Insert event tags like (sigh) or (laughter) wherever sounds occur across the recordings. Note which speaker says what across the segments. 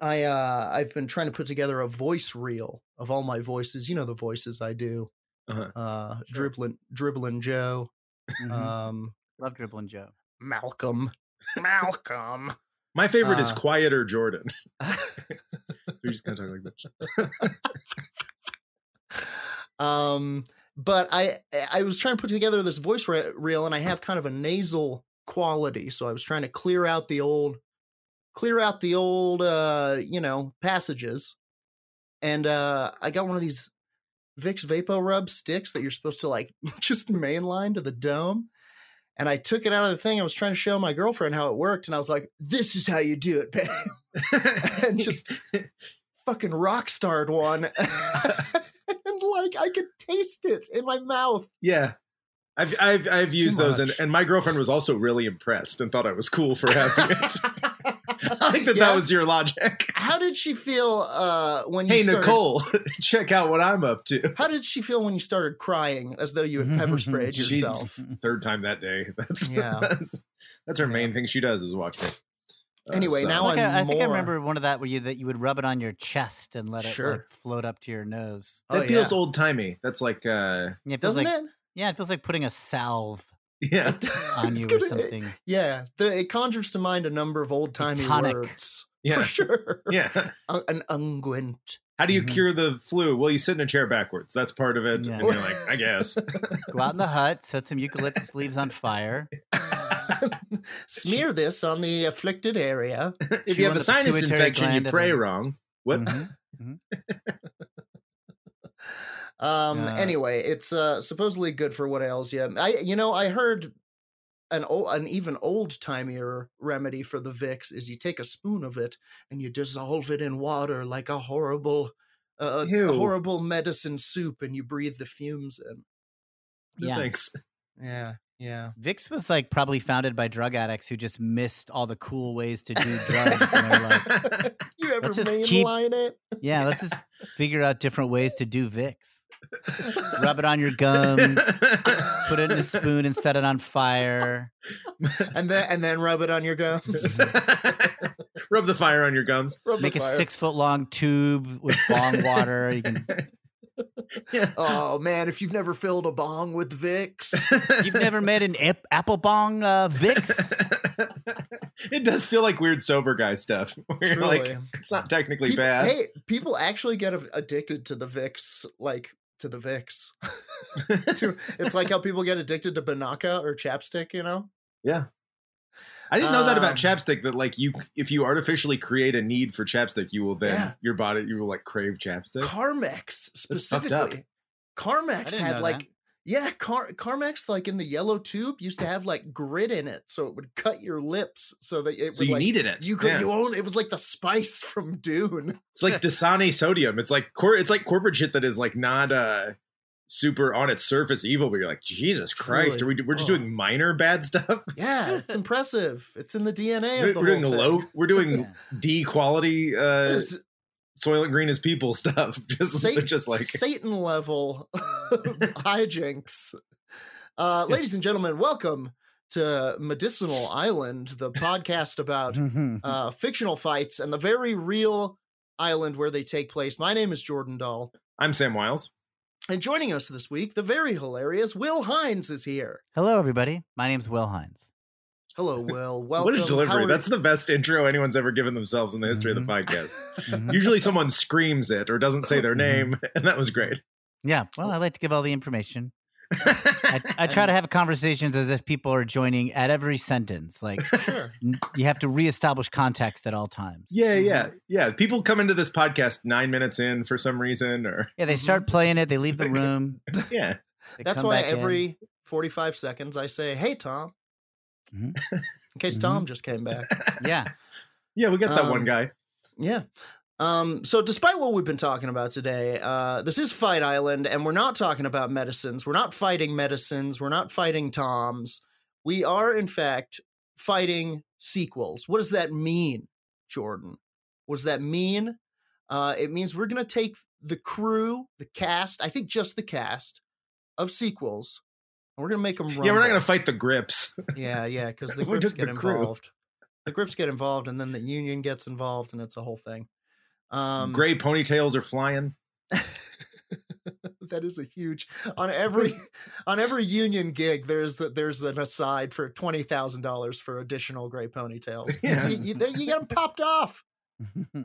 Speaker 1: I uh, I've been trying to put together a voice reel of all my voices. You know the voices I do.
Speaker 2: Uh-huh.
Speaker 1: Uh,
Speaker 2: Sure.
Speaker 1: Dribbling, dribbling Joe, um,
Speaker 3: Mm-hmm. Love dribbling Joe.
Speaker 1: Malcolm, Malcolm.
Speaker 2: My favorite is
Speaker 1: Uh,
Speaker 2: quieter
Speaker 1: (laughs)
Speaker 2: Jordan. (laughs) We're just gonna talk like this.
Speaker 1: um, but I I was trying to put together this voice re- reel, and I have kind of a nasal quality, so I was trying to clear out the old, clear out the old, uh, you know, passages, and uh, I got one of these Vicks Vapo Rub sticks that you're supposed to like (laughs) just mainline to the dome. And I took it out of the thing. I was trying to show my girlfriend how it worked, and I was like, "This is how you do it, babe." (laughs) and just fucking rock starred one. (laughs) and (laughs) like I could taste it in my mouth.
Speaker 2: yeah. I've I've I've
Speaker 1: It's too
Speaker 2: used those and,
Speaker 1: much.
Speaker 2: and my girlfriend was also really impressed and thought I was cool for having it. (laughs) I think that
Speaker 1: Yeah.
Speaker 2: that was your logic.
Speaker 1: How did she feel uh when you
Speaker 2: Hey
Speaker 1: started,
Speaker 2: Nicole, (laughs) check out what I'm up to.
Speaker 1: How did she feel when you started crying as though you had pepper (laughs) sprayed
Speaker 2: She's-
Speaker 1: yourself?
Speaker 2: Third time that day. (laughs) That's
Speaker 1: Yeah.
Speaker 2: that's, that's her main thing she does is watch me. Uh,
Speaker 1: Anyway, now
Speaker 3: Like,
Speaker 1: I'm
Speaker 3: I, I think I
Speaker 1: more-
Speaker 3: remember one of that where you that you would rub it on your chest and let it
Speaker 1: Sure.
Speaker 3: like, float up to your nose.
Speaker 2: that
Speaker 1: Oh,
Speaker 2: feels
Speaker 1: yeah.
Speaker 2: old timey. That's like uh (laughs)
Speaker 3: Yeah, it feels
Speaker 1: Doesn't
Speaker 3: like,
Speaker 1: it?
Speaker 3: Yeah, it feels like putting
Speaker 1: (laughs)
Speaker 3: a salve
Speaker 2: yeah.
Speaker 3: on
Speaker 1: It's
Speaker 3: you or
Speaker 1: gonna- eh,
Speaker 3: something.
Speaker 1: Yeah, the, it conjures to mind a number of old timey
Speaker 3: tonic.
Speaker 1: words
Speaker 2: Yeah.
Speaker 1: for (laughs) sure.
Speaker 2: Yeah.
Speaker 1: Un- an unguent.
Speaker 2: How do you
Speaker 1: Mm-hmm.
Speaker 3: Mhm.
Speaker 2: cure the flu? Well, you sit in a chair backwards. That's part of it.
Speaker 3: Yeah.
Speaker 2: And you're like, I guess.
Speaker 3: Go out in the hut, set
Speaker 1: (laughs)
Speaker 3: some eucalyptus leaves on fire.
Speaker 1: Smear this on the afflicted area.
Speaker 2: if
Speaker 3: Chew
Speaker 2: you have
Speaker 3: on
Speaker 2: a
Speaker 3: the
Speaker 2: sinus
Speaker 3: pituitary
Speaker 2: infection, you
Speaker 3: gland and
Speaker 2: pray
Speaker 3: then-
Speaker 2: wrong. What?
Speaker 1: (laughs)
Speaker 2: (laughs)
Speaker 3: Mhm.
Speaker 1: Um.
Speaker 3: Uh,
Speaker 1: anyway, it's uh supposedly good for what ails you. I, you know, I heard an old, an even old timier remedy for the Vicks is you take a spoon of it and you dissolve it in water like a horrible, uh, a
Speaker 2: Ew.
Speaker 1: horrible medicine soup, and you breathe the fumes in.
Speaker 3: Yeah. (laughs)
Speaker 2: Thanks.
Speaker 1: Yeah. Yeah.
Speaker 3: Vicks was like probably founded by drug addicts who just missed all the cool ways
Speaker 1: (laughs)
Speaker 3: to do drugs. and they're like,
Speaker 1: you ever
Speaker 3: Let's just keep-
Speaker 1: mainline it?
Speaker 3: yeah, let's just figure out different ways to do Vicks. Rub it on your gums, put it in a spoon and set it on fire.
Speaker 1: and then and then rub it on your
Speaker 3: (laughs)
Speaker 1: gums.
Speaker 2: (laughs) Rub the fire on your gums. (laughs)
Speaker 1: Rub the
Speaker 3: Make a
Speaker 1: fire-
Speaker 3: six foot long tube with bong water. You can,
Speaker 2: Yeah.
Speaker 1: Oh man, if you've never filled a bong with Vicks,
Speaker 3: (laughs) you've never made an ep- apple bong uh,
Speaker 1: (laughs)
Speaker 3: Vicks?
Speaker 2: it does feel like weird sober guy stuff. (laughs) Where you're like,
Speaker 1: Truly.
Speaker 2: it's not technically
Speaker 1: people,
Speaker 2: bad. (laughs)
Speaker 1: hey, people actually get a- addicted to the Vicks, like to the Vicks. (laughs) to, it's like how people get addicted to Banaka or chapstick, you know?
Speaker 2: Yeah. I didn't know that
Speaker 1: Um,
Speaker 2: about chapstick. That like you, if you artificially create a need for chapstick, you will then
Speaker 1: Yeah. Oh,
Speaker 2: your body, you will like crave chapstick.
Speaker 1: Carmex
Speaker 2: fucked up.
Speaker 1: specifically.
Speaker 3: I
Speaker 1: Carmex
Speaker 3: didn't know
Speaker 1: had
Speaker 3: that.
Speaker 1: like yeah, Car- Carmex like in the yellow tube used to have like grit in it, so it would cut your lips, so that it
Speaker 2: so
Speaker 1: would
Speaker 2: you
Speaker 1: like
Speaker 2: needed it.
Speaker 1: you could
Speaker 2: Yeah.
Speaker 1: you own it was like the spice (laughs) from Dune.
Speaker 2: (laughs) It's like Dasani sodium. It's like cor- it's like corporate shit that is like not uh super on its surface evil, but you're like, Jesus Christ, are
Speaker 1: Truly.
Speaker 2: we we're just
Speaker 1: Oh.
Speaker 2: doing minor bad stuff?
Speaker 1: Yeah, it's impressive. It's in the DNA
Speaker 2: We're,
Speaker 1: of the
Speaker 2: we're doing
Speaker 1: whole thing.
Speaker 2: low
Speaker 1: (laughs)
Speaker 2: we're doing
Speaker 3: Yeah.
Speaker 2: D quality uh
Speaker 1: It's
Speaker 2: soil and green as people (laughs) stuff. Just,
Speaker 1: Sa-
Speaker 2: just like
Speaker 1: Satan level
Speaker 2: (laughs)
Speaker 1: hijinks. Uh, ladies and gentlemen, welcome to Medicinal Island, the podcast about
Speaker 2: (laughs)
Speaker 1: uh, fictional fights and the very real island where they take place. My name is Jordan Dahl,
Speaker 2: I'm Sam Wiles.
Speaker 1: and joining us this week, the very hilarious Will Hines is here.
Speaker 3: Hello, everybody. My name's Will Hines.
Speaker 2: (laughs)
Speaker 1: Hello, Will. Welcome.
Speaker 2: What a
Speaker 1: How
Speaker 2: delivery.
Speaker 1: are- Mm-hmm.
Speaker 2: That's the best intro anyone's ever given themselves in the history of the podcast.
Speaker 3: Mhm.
Speaker 2: Usually someone screams it or doesn't say their
Speaker 3: Mhm.
Speaker 1: Mm-hmm.
Speaker 2: name, (laughs) and that was great.
Speaker 3: Yeah. Well, I like to give all the information. I, I try to have conversations as if people are joining at every sentence. Like
Speaker 1: Sure.
Speaker 3: n- you have to reestablish context at all times.
Speaker 2: yeah, yeah,
Speaker 1: Mm-hmm.
Speaker 2: yeah. People come into this podcast nine minutes in for some reason, or
Speaker 3: Yeah, they start playing it, they leave
Speaker 1: (laughs)
Speaker 3: the room.
Speaker 2: yeah,
Speaker 3: they
Speaker 1: Mm-hmm. That's
Speaker 3: come
Speaker 1: why
Speaker 3: back in.
Speaker 1: every 45 seconds I say, "Hey, Tom,"
Speaker 2: Mm-hmm.
Speaker 3: Mhm.
Speaker 1: in case
Speaker 3: Mhm.
Speaker 1: Tom just came back. (laughs)
Speaker 3: yeah.
Speaker 2: yeah. We got that
Speaker 1: Um,
Speaker 2: one guy.
Speaker 1: Yeah. Um, so, despite what we've been talking about today, uh, this is Fight Island, and we're not talking about medicines. We're not fighting medicines. We're not fighting toms. We are, in fact, fighting sequels. What does that mean, Jordan? What does that mean? Uh, it means we're going to take the crew, the cast, I think just the cast of sequels, and we're going to make them rumble.
Speaker 2: Yeah, we're not gonna fight the grips. (laughs)
Speaker 1: Yeah, yeah, because the
Speaker 2: We
Speaker 1: grips
Speaker 2: took
Speaker 1: get
Speaker 2: the crew.
Speaker 1: involved. The grips get involved, and then the union gets involved, and it's a whole thing. Um,
Speaker 2: Gray ponytails are flying.
Speaker 1: (laughs) That is a huge on every (laughs) on every union gig. There's there's an aside for twenty thousand dollars for additional gray
Speaker 2: (laughs)
Speaker 1: ponytails.
Speaker 2: Yeah.
Speaker 1: You, you, they- you get them popped off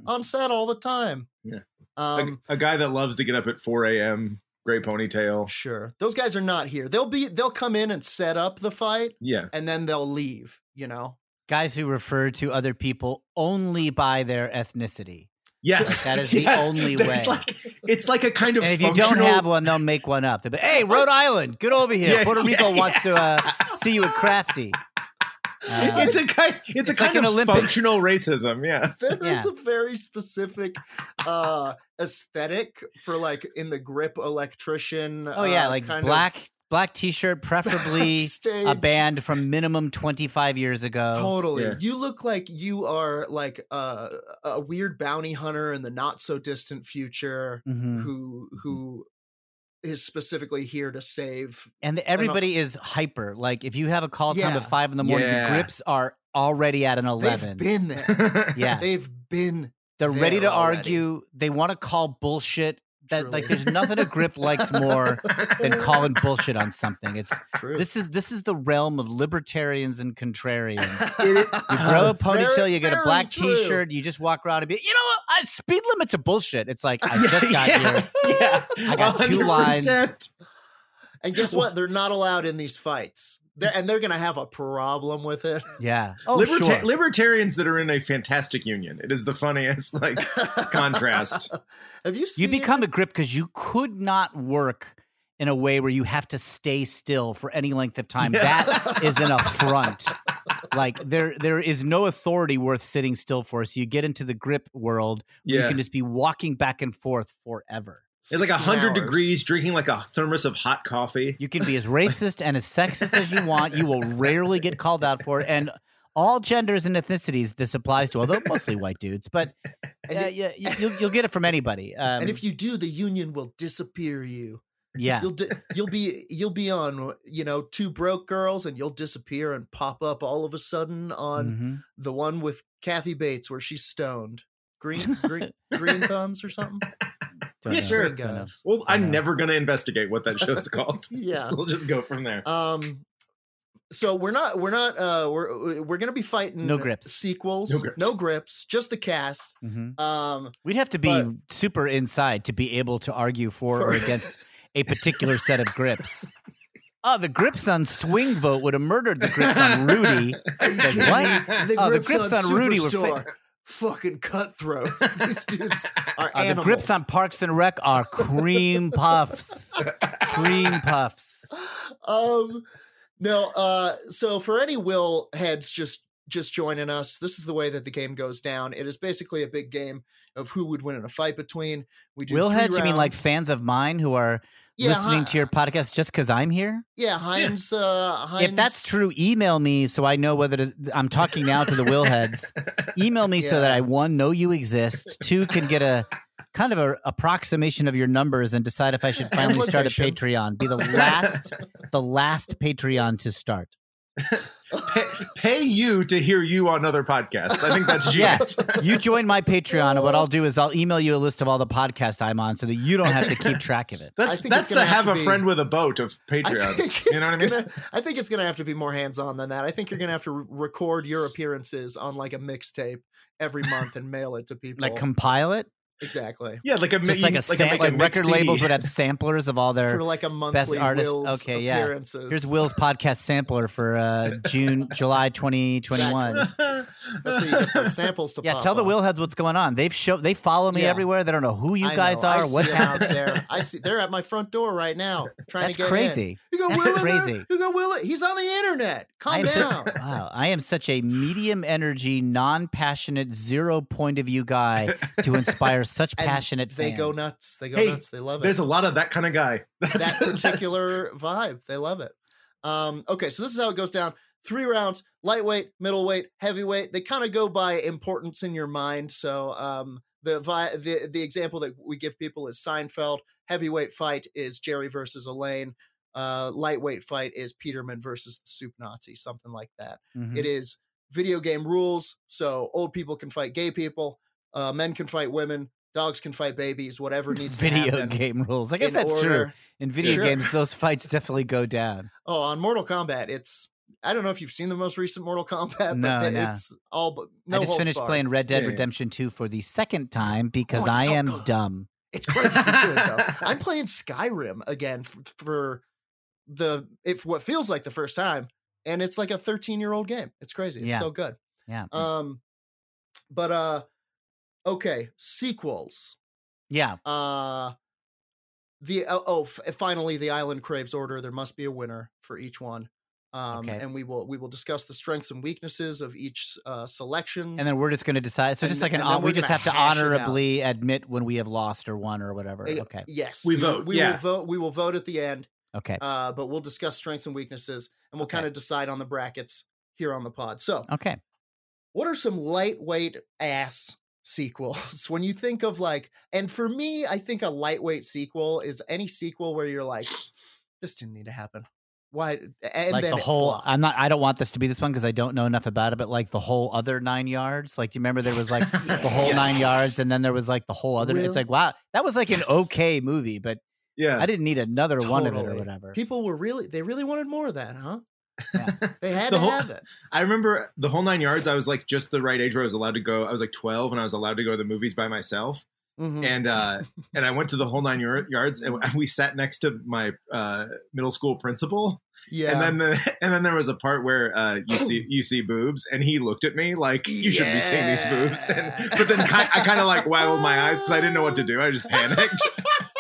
Speaker 1: on set all the time.
Speaker 2: Yeah. A-
Speaker 1: Um,
Speaker 2: a, guy that loves to get up at 4 a.m. Gray ponytail.
Speaker 1: sure. Those guys are not here. They'll be they'll come in and set up the fight,
Speaker 2: Yeah,
Speaker 1: and then they'll leave. You know.
Speaker 3: Guys who refer to other people only by their ethnicity.
Speaker 2: yes,
Speaker 3: Like, that
Speaker 2: (laughs)
Speaker 3: is the
Speaker 2: Yes.
Speaker 3: only
Speaker 2: There's
Speaker 3: way.
Speaker 2: Like, it's like a kind of.
Speaker 3: And if you don't
Speaker 2: functional-
Speaker 3: have one, they'll make one up. They'll be, hey, Rhode Island, get over here.
Speaker 2: Yeah,
Speaker 3: Puerto
Speaker 2: yeah,
Speaker 3: Rico wants to uh, see you at Crafty. Uh,
Speaker 2: (laughs) it's a kind. It's, a
Speaker 3: like
Speaker 2: kind
Speaker 3: an
Speaker 2: of
Speaker 3: Olympics.
Speaker 2: functional racism. Yeah.
Speaker 1: There is
Speaker 3: Yeah.
Speaker 1: a very specific uh aesthetic for like in the grip electrician.
Speaker 3: oh yeah,
Speaker 1: uh,
Speaker 3: like
Speaker 1: kind of (laughs)
Speaker 3: black black t-shirt, preferably a
Speaker 1: stage.
Speaker 3: band from minimum 25 years ago.
Speaker 1: Totally.
Speaker 2: Yeah.
Speaker 1: You look like you are like uh, a weird bounty hunter in the not so distant future
Speaker 3: Mhm.
Speaker 1: who who is specifically here to save.
Speaker 3: And everybody is hyper. Like if you have a call time
Speaker 1: Yeah.
Speaker 3: at five in the morning,
Speaker 2: Yeah.
Speaker 3: the grips are already at an
Speaker 1: They've
Speaker 3: 11.
Speaker 1: been (laughs) there.
Speaker 3: (laughs)
Speaker 2: (laughs)
Speaker 3: yeah.
Speaker 1: They've been
Speaker 3: They're ready
Speaker 1: there
Speaker 3: to
Speaker 1: already.
Speaker 3: argue. They want to call bullshit. That like
Speaker 1: Truly.
Speaker 3: there's nothing a grip likes
Speaker 1: (laughs)
Speaker 3: more than calling bullshit on something. It's
Speaker 1: true.
Speaker 3: this is this is the realm of libertarians and contrarians.
Speaker 1: It- (laughs)
Speaker 3: You grow a
Speaker 1: Very,
Speaker 3: ponytail, you get a
Speaker 1: very
Speaker 3: black
Speaker 1: true. (laughs)
Speaker 3: T-shirt, you just walk around and be, you know what? I, speed limits are bullshit. It's like I
Speaker 1: (laughs)
Speaker 3: just got here.
Speaker 2: Yeah.
Speaker 3: I got two lines.
Speaker 2: 100%.
Speaker 1: and guess what? They're not allowed in these fights. They're, and they're going to have a problem with it. (laughs)
Speaker 3: Yeah. Oh,
Speaker 2: Liberta-
Speaker 3: sure.
Speaker 2: Libertarians that are in a fantastic union. It is the funniest
Speaker 3: (laughs)
Speaker 2: like contrast.
Speaker 1: Have you seen?
Speaker 3: you become a grip because you could not work in a way where you have to stay still for any length of time. That is an affront. Like there, there is no authority worth sitting still for. So you get into the grip world. where You
Speaker 2: Yeah,
Speaker 3: can just be walking back and forth forever.
Speaker 2: it's like
Speaker 1: 16
Speaker 2: hundred
Speaker 1: hours.
Speaker 2: degrees, drinking like a thermos of hot coffee.
Speaker 3: You can be as racist and as sexist as you want. You will rarely get called out for it. And all genders and ethnicities this applies to, although mostly white dudes. But
Speaker 1: And
Speaker 3: uh,
Speaker 1: it-
Speaker 3: yeah, you, you'll, you'll get it from anybody. Um,
Speaker 1: and if you do, the union will disappear you.
Speaker 3: yeah,
Speaker 1: you'll di- you'll be you'll be on you know two broke girls and you'll disappear and pop up all of a sudden on
Speaker 3: Mhm.
Speaker 1: the one with Kathy Bates where she's stoned green green green thumbs or something
Speaker 3: Don't
Speaker 2: Yeah,
Speaker 3: know.
Speaker 2: sure.
Speaker 1: Green
Speaker 3: Don't know.
Speaker 1: guys.
Speaker 2: Well,
Speaker 3: I know.
Speaker 2: I'm never gonna investigate what that show's (laughs) called.
Speaker 1: yeah
Speaker 2: so we'll just go from there.
Speaker 1: um so we're not we're not uh we're we're gonna be fighting
Speaker 3: No grips.
Speaker 1: sequels
Speaker 2: No grips.
Speaker 1: grips, just the cast
Speaker 3: Mhm.
Speaker 1: um
Speaker 3: We'd have to be super inside to be able to argue for, or
Speaker 1: For- (laughs)
Speaker 3: against a particular set of grips. Oh, the grips on swing vote would have murdered the grips on Rudy.
Speaker 1: (laughs)
Speaker 3: Says, what?
Speaker 1: the
Speaker 3: Oh, the
Speaker 1: grips,
Speaker 3: grips
Speaker 1: on,
Speaker 3: on Rudy were fa-
Speaker 1: Superstore (laughs) fucking cutthroat (laughs) these dudes are
Speaker 3: Uh, the
Speaker 1: animals.
Speaker 3: grips on Parks and Rec are
Speaker 1: (laughs)
Speaker 3: cream puffs. Cream puffs.
Speaker 1: um no uh so for any will heads just just joining us this is the way that the game goes down it is basically a big game of who would win in a fight between we do
Speaker 3: Will
Speaker 1: three
Speaker 3: heads, you mean like
Speaker 1: rounds.
Speaker 3: fans of mine who are
Speaker 1: yeah,
Speaker 3: listening
Speaker 1: Hi-
Speaker 3: to your podcast just because I'm here?
Speaker 1: yeah heinz uh heinz
Speaker 3: If that's true, email me so I know whether to, I'm talking now to the Willheads. Email me so that
Speaker 1: Yeah.
Speaker 3: I one know you exist, two can get a kind of a approximation of your numbers and decide if I should finally start a
Speaker 1: location.
Speaker 3: Patreon. Be the last, the last Patreon to start.
Speaker 2: pay, pay you to hear you on other podcasts. I think
Speaker 3: (laughs)
Speaker 2: that's genius.
Speaker 3: Yes. you join my Patreon, and what I'll do is I'll email you a list of all the podcasts I'm on so that you don't have to keep track of it.
Speaker 1: I
Speaker 2: That's
Speaker 1: think
Speaker 2: that's
Speaker 1: it's gonna
Speaker 2: the
Speaker 1: have
Speaker 2: have,
Speaker 1: to
Speaker 2: a
Speaker 1: be-
Speaker 2: friend with a
Speaker 1: (laughs)
Speaker 2: boat of Patreons. You know what I mean?
Speaker 1: Gonna, I think it's gonna have to be more hands-on than that. I think you're gonna have to re- record your appearances on like a mixtape every month and mail it to people.
Speaker 3: Like compile it,
Speaker 1: exactly
Speaker 2: yeah, like a mi-
Speaker 3: just like a, sam-
Speaker 2: make
Speaker 3: like
Speaker 2: mixed
Speaker 3: record
Speaker 2: CD.
Speaker 3: labels would have samplers of all
Speaker 1: for
Speaker 3: their.
Speaker 1: like a monthly
Speaker 3: artist-
Speaker 1: Will's
Speaker 3: okay, yeah.
Speaker 1: appearances.
Speaker 3: (laughs) Here's Will's podcast sampler for
Speaker 1: (laughs)
Speaker 3: uh, June, July 2021.
Speaker 1: That's how you get the samples to
Speaker 3: (laughs) Yeah,
Speaker 1: pop
Speaker 3: tell the
Speaker 1: up.
Speaker 3: Willheads what's going on. They've show they follow me
Speaker 1: Yeah.
Speaker 3: everywhere. They don't know who you
Speaker 1: I
Speaker 3: guys
Speaker 1: know, I
Speaker 3: are,
Speaker 1: see
Speaker 3: what's
Speaker 1: them out
Speaker 3: happening.
Speaker 1: there. I see they're at my front door right
Speaker 3: (laughs)
Speaker 1: now trying
Speaker 3: That's
Speaker 1: to get in.
Speaker 3: crazy.
Speaker 1: You go
Speaker 3: That's
Speaker 1: Will in there?
Speaker 3: crazy.
Speaker 1: You go Will. in- He's on the internet.
Speaker 3: I
Speaker 1: Calm
Speaker 3: am,
Speaker 1: down.
Speaker 3: (laughs) Wow, I am such a medium energy, non passionate, zero point of view guy
Speaker 1: (laughs)
Speaker 3: to inspire such
Speaker 1: And
Speaker 3: passionate
Speaker 1: They
Speaker 3: fans.
Speaker 1: go nuts. They go
Speaker 2: Hey,
Speaker 1: nuts. They love it.
Speaker 2: (laughs) There's a lot of that kind of guy. (laughs)
Speaker 3: (laughs)
Speaker 2: That's-
Speaker 1: that particular vibe. They love it. Um, okay, so this is how it goes down. Three rounds, lightweight, middleweight, heavyweight. They kind of go by importance in your mind. So um, the, vi- the the example that we give people is Seinfeld. Heavyweight fight is Jerry versus Elaine. Uh, lightweight fight is Peterman versus the Soup Nazi, something like that.
Speaker 3: Mhm.
Speaker 1: It is video game rules. So old people can fight gay people, uh, men can fight women, dogs can fight babies, whatever needs to
Speaker 3: video
Speaker 1: happen.
Speaker 3: game rules. I guess
Speaker 1: in
Speaker 3: that's true.
Speaker 1: order.
Speaker 3: In video
Speaker 1: Sure.
Speaker 3: games, those fights definitely go down.
Speaker 1: Oh, on Mortal Kombat, it's I don't know if you've seen the most recent Mortal (laughs) Kombat, but
Speaker 3: No,
Speaker 1: the-
Speaker 3: no.
Speaker 1: it's all but no
Speaker 3: I just
Speaker 1: holds
Speaker 3: finished
Speaker 1: barred. Oh,
Speaker 3: playing Red Dead
Speaker 2: Yeah, yeah.
Speaker 3: Redemption 2 for the second time because
Speaker 1: it's
Speaker 3: I
Speaker 1: so
Speaker 3: am
Speaker 1: good.
Speaker 3: dumb.
Speaker 1: It's crazy good
Speaker 3: (laughs)
Speaker 1: though. I'm playing Skyrim again for, for the if what feels like the first time, and it's like a 13 year old game. It's crazy. It's
Speaker 3: Yeah. Mm.
Speaker 1: so good.
Speaker 3: Yeah.
Speaker 1: Um, but uh, okay, sequels.
Speaker 3: yeah.
Speaker 1: Uh, the oh, oh f- finally the island craves order. There must be a winner for each one. Um,
Speaker 3: Okay.
Speaker 1: and we will we will discuss the strengths and weaknesses of each uh, selections.
Speaker 3: And then we're just going to decide. So
Speaker 1: And-
Speaker 3: just like an
Speaker 1: and then
Speaker 3: hon- we
Speaker 1: we're
Speaker 3: just
Speaker 1: gonna
Speaker 3: have to
Speaker 1: hash it out.
Speaker 3: honorably admit when we have lost or won or whatever.
Speaker 1: Eh,
Speaker 3: Okay.
Speaker 1: Yes,
Speaker 2: We
Speaker 1: will-
Speaker 2: vote,
Speaker 1: We
Speaker 2: yeah.
Speaker 1: will vote. We will vote at the end.
Speaker 3: Okay.
Speaker 1: Uh, but we'll discuss strengths and weaknesses, and we'll
Speaker 3: Okay.
Speaker 1: kind of decide on the brackets here on the pod. So,
Speaker 3: Okay.
Speaker 1: what are some lightweight ass sequels (laughs) when you think of like? And for me, I think a lightweight sequel is any sequel where you're
Speaker 2: (sighs)
Speaker 1: like, this didn't need to happen. Why? And
Speaker 3: like
Speaker 1: then
Speaker 3: the
Speaker 1: it
Speaker 3: whole
Speaker 1: flopped.
Speaker 3: i'm not i don't want this to be this one because i don't know enough about it but like the whole other nine yards like do you remember there was
Speaker 1: (laughs)
Speaker 3: like the whole nine
Speaker 1: Yes.
Speaker 3: yards and then there was like the whole other
Speaker 1: Will-
Speaker 3: it's like wow that was like
Speaker 1: Yes.
Speaker 3: an okay movie but i
Speaker 2: (laughs) yeah.
Speaker 3: didn't need another one of it or
Speaker 1: Totally.
Speaker 3: whatever
Speaker 1: People were really they really wanted more of that, huh?
Speaker 3: Yeah.
Speaker 1: (laughs) They had
Speaker 2: The
Speaker 1: to
Speaker 2: whole-
Speaker 1: have it.
Speaker 2: I remember the whole nine yards. I was like just the right age where I was allowed to go. I was like 12 and I was allowed to go to the movies by myself.
Speaker 1: Mhm.
Speaker 2: and
Speaker 1: (laughs)
Speaker 2: uh, and I went to the whole nine yar- yards, and we sat next to my uh, middle school principal,
Speaker 1: yeah.
Speaker 2: and then the, (laughs) and then there was a part where uh,
Speaker 1: (laughs)
Speaker 2: you see you see boobs, and he looked at me like you should be seeing these boobs, and
Speaker 1: Yeah.
Speaker 2: but then ki- I kind of like waggled my eyes because I didn't know what to do. I just
Speaker 1: (laughs)
Speaker 2: panicked. (laughs)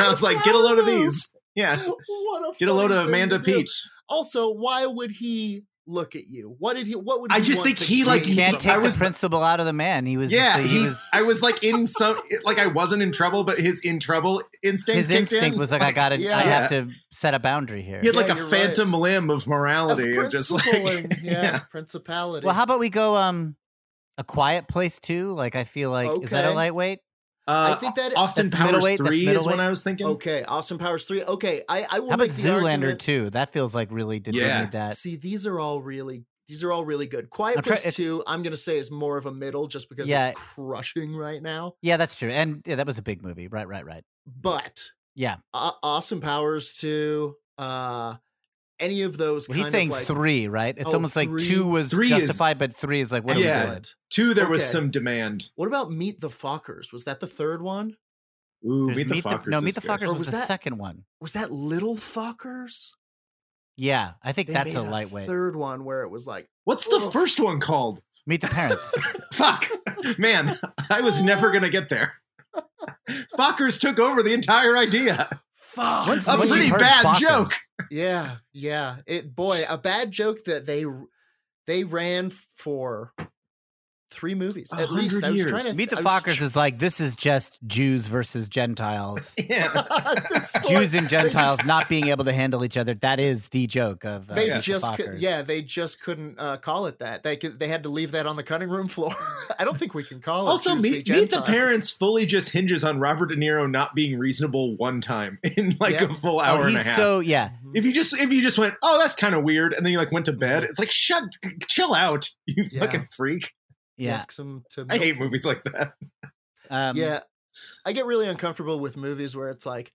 Speaker 2: I was like, get a load of these, yeah,
Speaker 1: What a
Speaker 2: get a load
Speaker 1: funny
Speaker 2: of
Speaker 1: thing
Speaker 2: Amanda
Speaker 1: to do.
Speaker 2: Peach.
Speaker 1: Also, why would he look at you? What did he? What would
Speaker 2: I
Speaker 1: he
Speaker 2: just
Speaker 1: want
Speaker 2: think
Speaker 1: to
Speaker 2: he, like,
Speaker 1: gain
Speaker 3: you can't
Speaker 1: from
Speaker 3: take
Speaker 1: it?
Speaker 2: I was
Speaker 3: the
Speaker 2: the-
Speaker 3: principal out of the man he was
Speaker 2: Yeah,
Speaker 3: just, he,
Speaker 2: he,
Speaker 3: was
Speaker 2: I was like in some, like I wasn't in trouble, but his in trouble instinct.
Speaker 3: his
Speaker 2: kicked
Speaker 3: instinct
Speaker 2: in.
Speaker 3: was like,
Speaker 1: (laughs)
Speaker 3: I gotta, I
Speaker 1: yeah.
Speaker 3: have to set a boundary here.
Speaker 2: He had like
Speaker 1: Yeah,
Speaker 2: a
Speaker 1: you're right.
Speaker 2: phantom limb of
Speaker 1: Of
Speaker 2: morality, of, just (laughs) like
Speaker 1: principling, yeah,
Speaker 2: yeah.
Speaker 1: principality.
Speaker 3: Well, how about we go, um, a quiet place too? Like, I feel like is that a
Speaker 1: Okay.
Speaker 3: lightweight?
Speaker 2: Uh,
Speaker 1: I think that-
Speaker 2: Austin
Speaker 3: That's
Speaker 2: Powers
Speaker 3: middleweight, that's
Speaker 2: three is
Speaker 3: middleweight.
Speaker 2: when I was thinking.
Speaker 1: okay, Austin Powers three. Okay, I I will
Speaker 3: How about
Speaker 1: make the
Speaker 3: Zoolander
Speaker 1: argument-
Speaker 3: too? That feels like really did
Speaker 2: Yeah.
Speaker 3: we need that?
Speaker 1: See, these are all really these are all really good. Quiet
Speaker 3: I'm try-
Speaker 1: Place
Speaker 3: it's-
Speaker 1: two, I'm gonna say is more of a middle, just because
Speaker 3: Yeah.
Speaker 1: it's crushing right now.
Speaker 3: Yeah, that's true. And yeah, that was a big movie. Right, right, right.
Speaker 1: But
Speaker 3: Yeah.
Speaker 1: uh, Austin Powers two, uh, any of those.
Speaker 3: Well, he's
Speaker 1: kind
Speaker 3: saying
Speaker 1: of like,
Speaker 3: three, right? It's
Speaker 1: Oh,
Speaker 3: almost like
Speaker 1: three-
Speaker 3: two was
Speaker 2: three is-
Speaker 3: justified, but three is like what are we
Speaker 2: Yeah.
Speaker 3: doing?
Speaker 1: Excellent.
Speaker 2: Two, there was
Speaker 1: Okay.
Speaker 2: some demand.
Speaker 1: What about Meet the Fockers? Was that the third one?
Speaker 2: Ooh,
Speaker 3: There's
Speaker 2: meet the fuckers.
Speaker 3: no,
Speaker 2: is
Speaker 3: Meet the
Speaker 2: good.
Speaker 3: Fuckers
Speaker 1: Or
Speaker 3: was,
Speaker 1: was
Speaker 3: the
Speaker 1: that-
Speaker 3: second one.
Speaker 1: Was that Little Fockers?
Speaker 3: Yeah, I think
Speaker 1: They
Speaker 3: that's a
Speaker 1: made
Speaker 3: lightweight.
Speaker 1: Third one where it was like,
Speaker 2: What's the
Speaker 1: Ugh.
Speaker 2: first one called?
Speaker 3: Meet the
Speaker 1: (laughs)
Speaker 3: Parents.
Speaker 2: Fuck, (laughs) man, I was never gonna get there. (laughs) Fuckers took over the entire idea.
Speaker 1: fuck.
Speaker 3: Once-
Speaker 2: A
Speaker 3: Once you
Speaker 2: pretty
Speaker 3: heard
Speaker 2: bad
Speaker 3: Fockers.
Speaker 2: joke.
Speaker 1: yeah, yeah. It boy, a bad joke that they they ran for three movies
Speaker 2: A
Speaker 1: at least.
Speaker 2: hundred
Speaker 1: I was
Speaker 2: years.
Speaker 1: trying to
Speaker 3: Meet the
Speaker 1: I was
Speaker 3: Fockers is like this is just Jews versus Gentiles.
Speaker 2: Yeah.
Speaker 1: tr- at this (laughs) point,
Speaker 3: Jews and
Speaker 1: they just-
Speaker 3: Gentiles not being able to handle each other. That is the joke of uh,
Speaker 1: They
Speaker 3: Meet the
Speaker 1: just could,
Speaker 3: Fockers.
Speaker 1: yeah, they just couldn't uh, call it that. They could, they had to leave that on the cutting room (laughs) floor. I don't think we can call it.
Speaker 2: Also,
Speaker 1: Jews v.
Speaker 2: meet, meet the
Speaker 1: Gentiles.
Speaker 2: parents fully just hinges on Robert De Niro not being reasonable one time (laughs) in like
Speaker 1: Yeah.
Speaker 2: a full hour
Speaker 3: Oh,
Speaker 2: and a
Speaker 3: he's
Speaker 2: half.
Speaker 3: so yeah.
Speaker 1: Mm-hmm.
Speaker 2: if you just if you just went, oh, that's kind of weird, and then you like went to bed, it's like shut, chill out, you
Speaker 1: Yeah.
Speaker 2: fucking freak.
Speaker 3: Yeah.
Speaker 1: Ask them to
Speaker 2: I
Speaker 1: milk
Speaker 2: hate movies like that.
Speaker 3: Um,
Speaker 1: yeah i get really uncomfortable with movies where it's like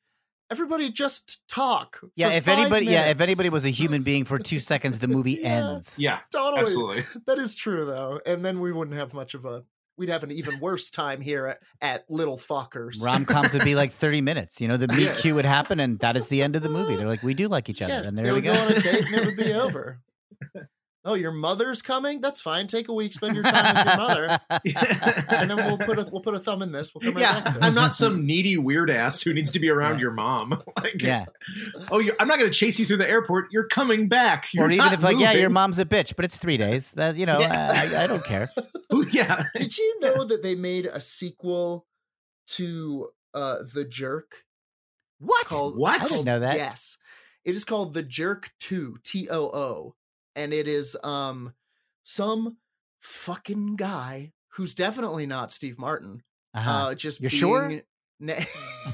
Speaker 1: everybody just talk
Speaker 3: Yeah,
Speaker 1: for
Speaker 3: if
Speaker 1: five
Speaker 3: anybody, yeah, if
Speaker 1: minutes."
Speaker 3: anybody was a human being for two seconds, the movie
Speaker 1: (laughs) Yeah.
Speaker 3: ends.
Speaker 2: Yeah,
Speaker 1: totally
Speaker 2: absolutely.
Speaker 1: that is true though and then we wouldn't have much of a we'd have an even worse time here at, at little fuckers (laughs)
Speaker 3: Rom coms would be like thirty minutes. You know, the meet
Speaker 1: Yeah.
Speaker 3: cute would happen, and that is the end of the movie. They're like, we do like each other, and
Speaker 1: they
Speaker 3: there we
Speaker 1: would
Speaker 3: go.
Speaker 1: go on a date and it
Speaker 3: (laughs)
Speaker 1: would be over oh your mother's coming that's fine take a week spend your time with your
Speaker 3: (laughs)
Speaker 1: mother and then we'll put a we'll put a thumb in this we'll come right
Speaker 2: yeah,
Speaker 1: back to it
Speaker 3: (laughs)
Speaker 2: I'm not some needy weird ass who needs to be around
Speaker 3: Yeah.
Speaker 2: your mom. like,
Speaker 1: (laughs)
Speaker 3: yeah,
Speaker 2: oh, you I'm not going to chase you through the airport. You're coming back. You're
Speaker 3: or even
Speaker 2: not
Speaker 3: if like, yeah, your
Speaker 2: moving.
Speaker 3: mom's a bitch, but it's three days. That you know,
Speaker 2: Yeah.
Speaker 3: I, I
Speaker 1: (laughs)
Speaker 3: don't care.
Speaker 2: (laughs) Ooh, yeah,
Speaker 1: Did you know that they made a sequel to uh The Jerk?
Speaker 3: What?
Speaker 1: Called,
Speaker 2: What?
Speaker 3: I didn't
Speaker 1: (laughs)
Speaker 3: know that.
Speaker 1: Yes. It is called The Jerk 2, T O O, and it is um some fucking guy who's definitely not Steve Martin.
Speaker 3: Uh-huh.
Speaker 1: Uh just
Speaker 3: You're
Speaker 1: being (laughs)
Speaker 3: sure?
Speaker 2: (laughs)
Speaker 1: na-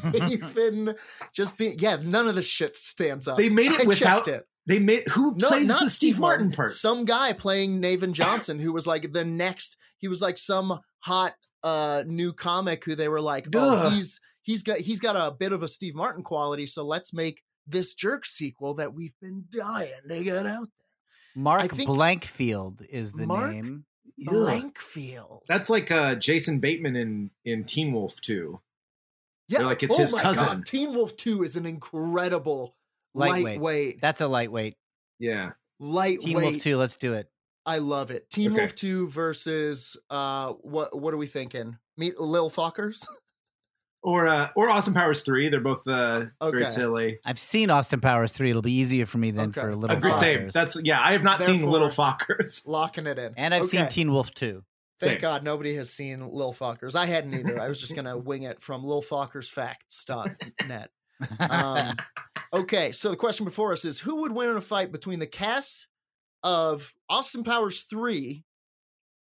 Speaker 1: Uh, (laughs) even just being yeah, none of the shit stands up.
Speaker 2: they made
Speaker 1: I checked
Speaker 2: it without.
Speaker 1: it.
Speaker 2: They made who
Speaker 1: No,
Speaker 2: plays
Speaker 1: not
Speaker 2: the Steve Martin, part?
Speaker 1: Some guy playing Naven Johnson who was like the next. He was like some hot uh new comic who they were like, oh,
Speaker 2: Duh.
Speaker 1: he's he's got he's got a bit of a Steve Martin quality, so let's make this jerk sequel that we've been dying to get out.
Speaker 3: (laughs) Mark
Speaker 1: think-
Speaker 3: Blankfield is the
Speaker 1: Mark-
Speaker 3: name.
Speaker 2: Ugh.
Speaker 1: Blankfield.
Speaker 2: That's like uh, Jason Bateman in in Teen Wolf too.
Speaker 1: Yeah, Oh
Speaker 2: like, it's his cousin.
Speaker 1: Teen Wolf Two is an incredible
Speaker 3: Lightweight.
Speaker 1: lightweight,
Speaker 3: That's a lightweight.
Speaker 2: Yeah,
Speaker 1: lightweight.
Speaker 3: Teen Wolf Two. Let's do it.
Speaker 1: I love it. Teen
Speaker 2: Okay.
Speaker 1: Wolf Two versus uh, what? What are we thinking? Meet Lil Fockers. (laughs)
Speaker 2: or uh, or Awesome Powers three. They're both uh,
Speaker 1: Okay.
Speaker 2: very silly.
Speaker 3: I've seen Austin Powers Three. It'll be easier for me than
Speaker 1: Okay.
Speaker 3: for Little
Speaker 2: Agree, same.
Speaker 3: Fockers.
Speaker 2: That's yeah. I have not seen
Speaker 1: Therefore-
Speaker 2: Little Fockers. (laughs)
Speaker 1: Locking it in.
Speaker 3: and I've seen
Speaker 1: Okay.
Speaker 3: Teen Wolf Two.
Speaker 1: Thank
Speaker 2: Same.
Speaker 1: God nobody has seen Lil Fockers. I hadn't either. I was just
Speaker 2: (laughs)
Speaker 1: gonna wing it from lilfockersfacts.net.
Speaker 2: (laughs)
Speaker 1: Um, okay, so the question before us is: Who would win in a fight between the cast of Austin Powers three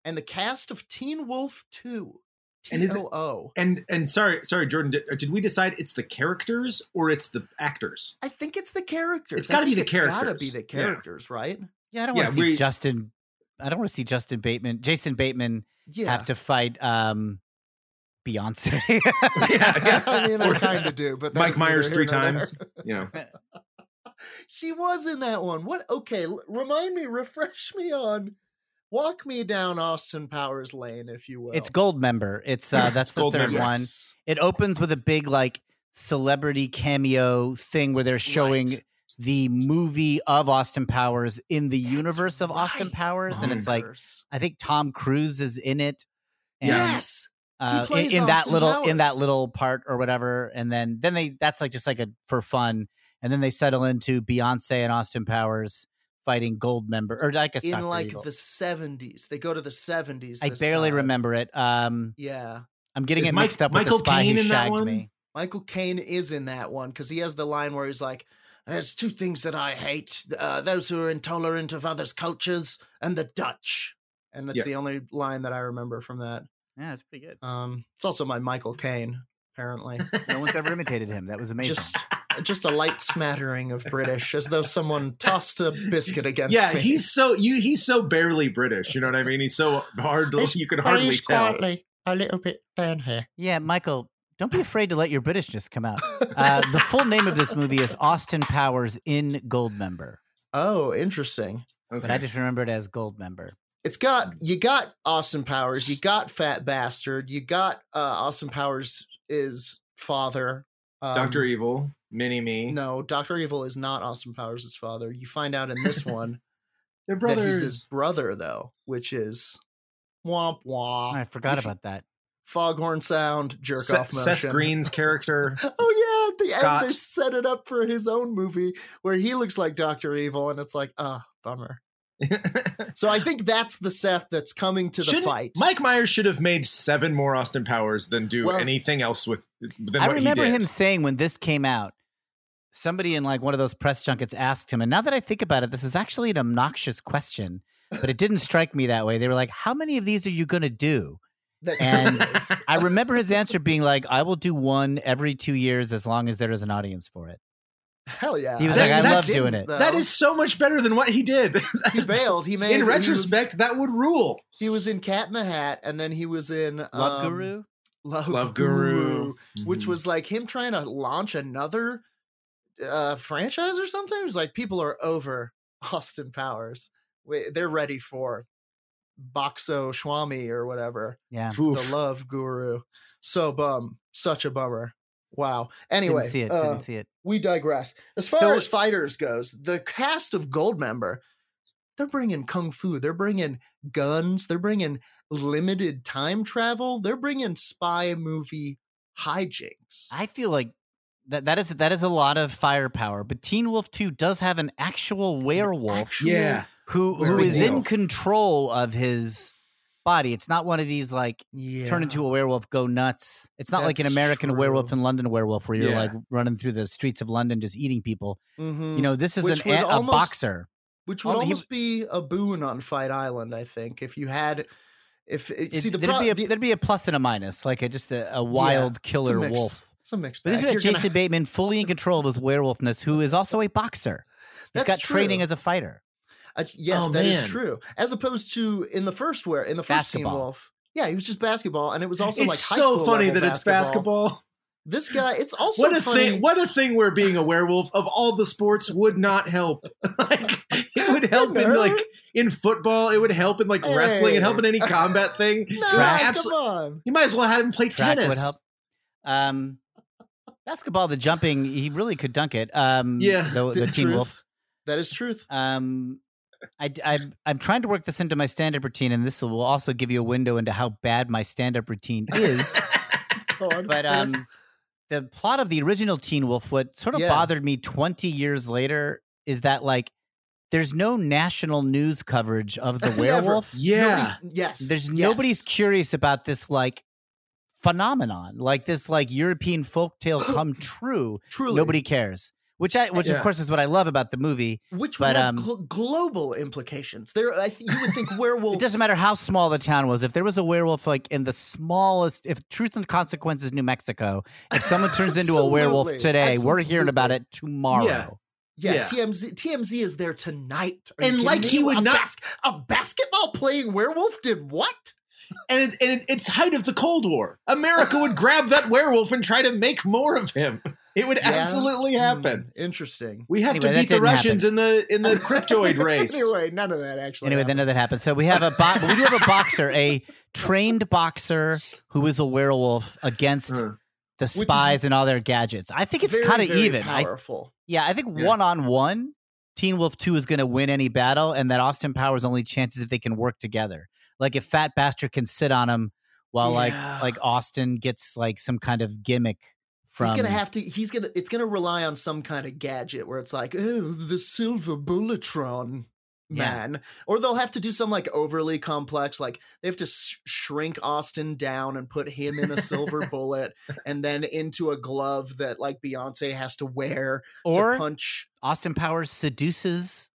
Speaker 1: and the cast of Teen Wolf two?
Speaker 2: And is it-
Speaker 1: TOO.
Speaker 2: And and sorry, sorry, Jordan. Did, did we decide it's the characters or it's the actors?
Speaker 1: I think it's the characters.
Speaker 2: It's
Speaker 1: I
Speaker 2: gotta be
Speaker 1: think
Speaker 2: the
Speaker 1: Gotta be
Speaker 2: characters.
Speaker 1: the
Speaker 2: Yeah.
Speaker 1: characters, right?
Speaker 3: yeah, I don't
Speaker 2: yeah,
Speaker 3: want to see
Speaker 2: we-
Speaker 3: Justin. I don't want to see Justin Bateman, Jason Bateman,
Speaker 1: Yeah.
Speaker 3: have to fight um, Beyonce.
Speaker 2: (laughs)
Speaker 3: (laughs)
Speaker 2: yeah.
Speaker 1: (laughs) I mean, I
Speaker 2: Or
Speaker 1: kind of do, but
Speaker 2: Mike
Speaker 1: that's neither
Speaker 2: Myers
Speaker 1: here
Speaker 2: three
Speaker 1: nor there. (laughs)
Speaker 2: times. You know,
Speaker 1: She was in that one. What? Okay, l- remind me, refresh me on, walk me down Austin Powers Lane, if you will.
Speaker 3: It's Gold Member. It's uh, that's the
Speaker 2: Gold
Speaker 3: third
Speaker 2: Member.
Speaker 3: one.
Speaker 1: Yes.
Speaker 3: It opens with a big like celebrity cameo thing where they're showing
Speaker 1: Right.
Speaker 3: the movie of Austin Powers in the universe of Austin
Speaker 1: right.
Speaker 3: Powers, and it's like
Speaker 1: Bonkers.
Speaker 3: I think Tom Cruise is in it. And,
Speaker 1: yes,
Speaker 3: uh, in,
Speaker 1: plays
Speaker 3: in that
Speaker 1: Austin
Speaker 3: little in that
Speaker 1: Powers.
Speaker 3: little part or whatever, and then then they that's like just like a for fun, and then they settle into Beyonce and Austin Powers fighting Gold Member or like a
Speaker 1: in like the seventies, they go to the seventies.
Speaker 3: I barely remember it. Um,
Speaker 1: Yeah,
Speaker 3: I'm getting
Speaker 2: Is
Speaker 3: it
Speaker 2: Mike-
Speaker 3: mixed up
Speaker 2: Michael
Speaker 3: with the spy
Speaker 2: Caine
Speaker 3: who
Speaker 2: in that
Speaker 3: shagged
Speaker 2: one?
Speaker 3: me.
Speaker 1: Michael Caine is in that one because he has the line where he's like, "There's two things that I hate: uh, those who are intolerant of others' cultures and the Dutch." And that's
Speaker 2: Yeah.
Speaker 1: the only line that I remember from that.
Speaker 3: Yeah, it's pretty good.
Speaker 1: Um, it's also my Michael Caine, apparently.
Speaker 3: No one's ever imitated him. That was
Speaker 2: (laughs)
Speaker 3: amazing.
Speaker 1: just just a light smattering of British, as though someone tossed a biscuit against
Speaker 2: yeah.
Speaker 1: me.
Speaker 2: He's so you. He's so barely British. You know what I mean? He's so hard. To,
Speaker 1: He's
Speaker 2: you can hardly tell.
Speaker 1: a little bit down here.
Speaker 3: yeah, Michael, don't be afraid to let your Britishness
Speaker 1: (laughs)
Speaker 3: come out. Uh, the full name of this movie is Austin Powers in Gold Member,
Speaker 1: Oh, interesting.
Speaker 3: but I just remember it as Gold Member.
Speaker 1: It's got you got Austin Powers, you got Fat Bastard, you got uh, Austin Powers is father. Um,
Speaker 2: Doctor E. Evil, Mini Me.
Speaker 1: No, Doctor Evil is not Austin Powers' father. You find out in
Speaker 2: (laughs)
Speaker 1: this one
Speaker 2: They're
Speaker 1: that he's
Speaker 2: brothers.
Speaker 1: his brother, though, which is womp
Speaker 2: Oh,
Speaker 1: womp.
Speaker 3: I forgot
Speaker 1: If you-
Speaker 3: about that.
Speaker 1: foghorn sound, jerk off
Speaker 2: Seth,
Speaker 1: motion.
Speaker 2: Seth
Speaker 1: (laughs)
Speaker 2: Green's character.
Speaker 1: Oh yeah, at the end
Speaker 2: Scott.
Speaker 1: they
Speaker 2: (laughs)
Speaker 1: set it up for his own movie where he looks like Doctor Evil, and it's like, ah, bummer. So I think that's the Seth that's coming to the
Speaker 2: Shouldn't-
Speaker 1: fight.
Speaker 2: Mike Myers should have made seven more Austin Powers than do
Speaker 1: Well-
Speaker 2: anything else with than
Speaker 3: I
Speaker 2: what
Speaker 3: remember
Speaker 2: he did.
Speaker 3: him saying when this came out, somebody in like one of those press junkets asked him, and now that I think about it, this is actually an obnoxious question, but it didn't strike me that way. They were like, How many of these are you going to do?
Speaker 2: (laughs)
Speaker 1: that
Speaker 3: And
Speaker 1: is.
Speaker 3: I remember his answer being like, I will do one every two years as long as there is an audience for it.
Speaker 1: hell yeah,
Speaker 3: He was
Speaker 2: like, I love
Speaker 1: that's
Speaker 3: doing
Speaker 1: him,
Speaker 3: it.
Speaker 1: though.
Speaker 2: That is so much better than what he did. (laughs)
Speaker 1: he bailed. He made
Speaker 2: in
Speaker 1: he was-
Speaker 2: retrospect, that would rule.
Speaker 1: he was, in Cat in the Hat, and then he was in
Speaker 3: Love
Speaker 1: um,
Speaker 3: Guru?
Speaker 1: Love,
Speaker 2: Love
Speaker 1: Guru,
Speaker 2: Guru.
Speaker 1: which
Speaker 3: Mm-hmm.
Speaker 2: Mm-hmm.
Speaker 1: was like him trying to launch another uh, franchise or something. It was like people are over (laughs) Austin Powers. Wait, They're ready for Boxo Schwami or whatever,
Speaker 3: Yeah.
Speaker 1: the Love Guru. So bum, such a bummer. Wow. Anyway,
Speaker 3: didn't see it.
Speaker 1: uh,
Speaker 3: didn't see it.
Speaker 1: we digress. As far
Speaker 3: So-
Speaker 1: as fighters goes, the cast of Goldmember, they're bringing kung fu, they're bringing guns, they're bringing limited time travel, they're bringing spy movie hijinks.
Speaker 3: I feel like that, that is that is a lot of firepower, but Teen Wolf 2 does have an actual werewolf
Speaker 1: Actual-
Speaker 2: yeah.
Speaker 3: who
Speaker 2: It's a
Speaker 3: who
Speaker 2: big
Speaker 3: is
Speaker 2: deal.
Speaker 3: in control of his body. It's not one of these like
Speaker 1: yeah.
Speaker 3: turn into a werewolf, go nuts. It's not like an
Speaker 1: That's
Speaker 3: American werewolf
Speaker 1: true.
Speaker 3: and London werewolf where you're
Speaker 2: Yeah.
Speaker 3: like running through the streets of London just eating people.
Speaker 1: Mhm.
Speaker 3: You know, this is
Speaker 1: Which
Speaker 3: an,
Speaker 1: would
Speaker 3: a,
Speaker 1: almost-
Speaker 3: a boxer.
Speaker 1: which would
Speaker 3: Oh, he-
Speaker 1: almost be a boon on Fight Island, I think, if you had, if it,
Speaker 3: It-
Speaker 1: see the
Speaker 3: there'd
Speaker 1: pro-
Speaker 3: be a,
Speaker 1: the-
Speaker 3: there'd be a plus and a minus, like a, just a, a wild
Speaker 1: it's a
Speaker 3: killer
Speaker 1: mix.
Speaker 3: wolf.
Speaker 1: It's a mix.
Speaker 3: But this
Speaker 1: bag.
Speaker 3: is
Speaker 1: You're
Speaker 3: Jason
Speaker 1: gonna-
Speaker 3: Bateman fully in control of his werewolfness, who is also a boxer. He's
Speaker 1: That's
Speaker 3: got training
Speaker 1: true.
Speaker 3: as a fighter.
Speaker 1: Uh, yes,
Speaker 2: Oh,
Speaker 1: that is
Speaker 2: man.
Speaker 1: true. As opposed to in the first where in the first Teen
Speaker 3: Basketball.
Speaker 1: Wolf, yeah, he was just basketball, and it was also
Speaker 2: it's
Speaker 1: like high
Speaker 2: so
Speaker 1: school
Speaker 2: funny
Speaker 1: level
Speaker 2: that it's basketball. (laughs)
Speaker 1: This guy, it's also
Speaker 2: What a
Speaker 1: funny. (laughs)
Speaker 2: thing! What a thing! Where being a werewolf of all the sports would not help. (laughs) like it would help in
Speaker 1: No.
Speaker 2: like in football. It would help in like wrestling.
Speaker 1: Hey.
Speaker 2: It help in any
Speaker 1: (laughs)
Speaker 2: combat thing.
Speaker 1: no,
Speaker 2: It would abso-
Speaker 1: come on.
Speaker 2: You might as well have him play
Speaker 3: Track
Speaker 2: tennis.
Speaker 3: would help. Um, basketball, the jumping, he really could dunk it. Um,
Speaker 2: Yeah.
Speaker 1: (laughs)
Speaker 3: the, the Teen
Speaker 1: Truth.
Speaker 3: Wolf.
Speaker 1: That is truth. (laughs)
Speaker 3: Um, I, am I'm trying to work this into my stand up routine, and this will also give you a window into how bad my stand up routine
Speaker 1: (laughs)
Speaker 3: is.
Speaker 1: God,
Speaker 3: but um,
Speaker 1: Chris.
Speaker 3: the plot of the original Teen Wolf, what sort of
Speaker 1: Yeah.
Speaker 3: bothered me 20 years later is that, like, there's no national news coverage of the
Speaker 1: (laughs) (laughs) Never.
Speaker 3: werewolf.
Speaker 2: Yeah.
Speaker 1: Nobody's- yes.
Speaker 3: There's
Speaker 1: yes.
Speaker 3: nobody's curious about this, like, phenomenon, like this, like,
Speaker 1: (gasps)
Speaker 3: European folktale come true.
Speaker 1: truly
Speaker 3: Nobody cares. Which I, which
Speaker 2: Yeah.
Speaker 3: of course is what I love about the movie.
Speaker 1: which would
Speaker 3: but,
Speaker 1: have
Speaker 3: um,
Speaker 1: glo- global implications. There, I th- you would think werewolves.
Speaker 3: It doesn't matter how small the town was. If there was a werewolf, like in the smallest, if Truth and Consequences, New Mexico, if someone turns into a werewolf
Speaker 1: Absolutely,
Speaker 3: today, we're hearing about
Speaker 1: absolutely.
Speaker 3: it tomorrow.
Speaker 2: Yeah.
Speaker 1: Yeah,
Speaker 2: Yeah.
Speaker 1: TMZ TMZ is there tonight. Are you
Speaker 2: And
Speaker 1: kidding
Speaker 2: like
Speaker 1: me?
Speaker 2: he would
Speaker 1: a
Speaker 2: not-
Speaker 1: a basketball playing werewolf did what?
Speaker 2: and it, and it, it's height of the Cold War. America would grab that werewolf and try to make more of him. It would
Speaker 1: Yeah.
Speaker 2: absolutely happen.
Speaker 1: Hmm, interesting.
Speaker 2: We have to
Speaker 3: Anyway, that
Speaker 2: beat the
Speaker 3: didn't
Speaker 2: Russians in the in the
Speaker 1: (laughs)
Speaker 2: cryptoid race.
Speaker 1: anyway, none of that actually.
Speaker 3: Anyway, then none of that happened. So we have a bo- we do have a boxer, a trained boxer who is a werewolf against
Speaker 2: Huh.
Speaker 3: the
Speaker 1: Uh-huh. Which is
Speaker 3: spies and all their gadgets. I think it's kind of even. I,
Speaker 1: Powerful.
Speaker 3: yeah, I think
Speaker 2: Yeah.
Speaker 3: one on one, Teen Wolf Two is going to win any battle, and that Austin Powers only chances if they can work together. Like if Fat Bastard can sit on him while
Speaker 1: Yeah.
Speaker 3: like like Austin gets like some kind of gimmick from.
Speaker 1: he's gonna have to. He's gonna. It's gonna rely on some kind of gadget where it's like, oh, the silver bulletron
Speaker 3: Yeah.
Speaker 1: man, or they'll have to do some like overly complex. Like they have to sh- shrink Austin down and put him in a
Speaker 3: (laughs)
Speaker 1: silver bullet, and then into a glove that like Beyonce has to wear
Speaker 3: or
Speaker 1: to punch.
Speaker 3: Austin Powers seduces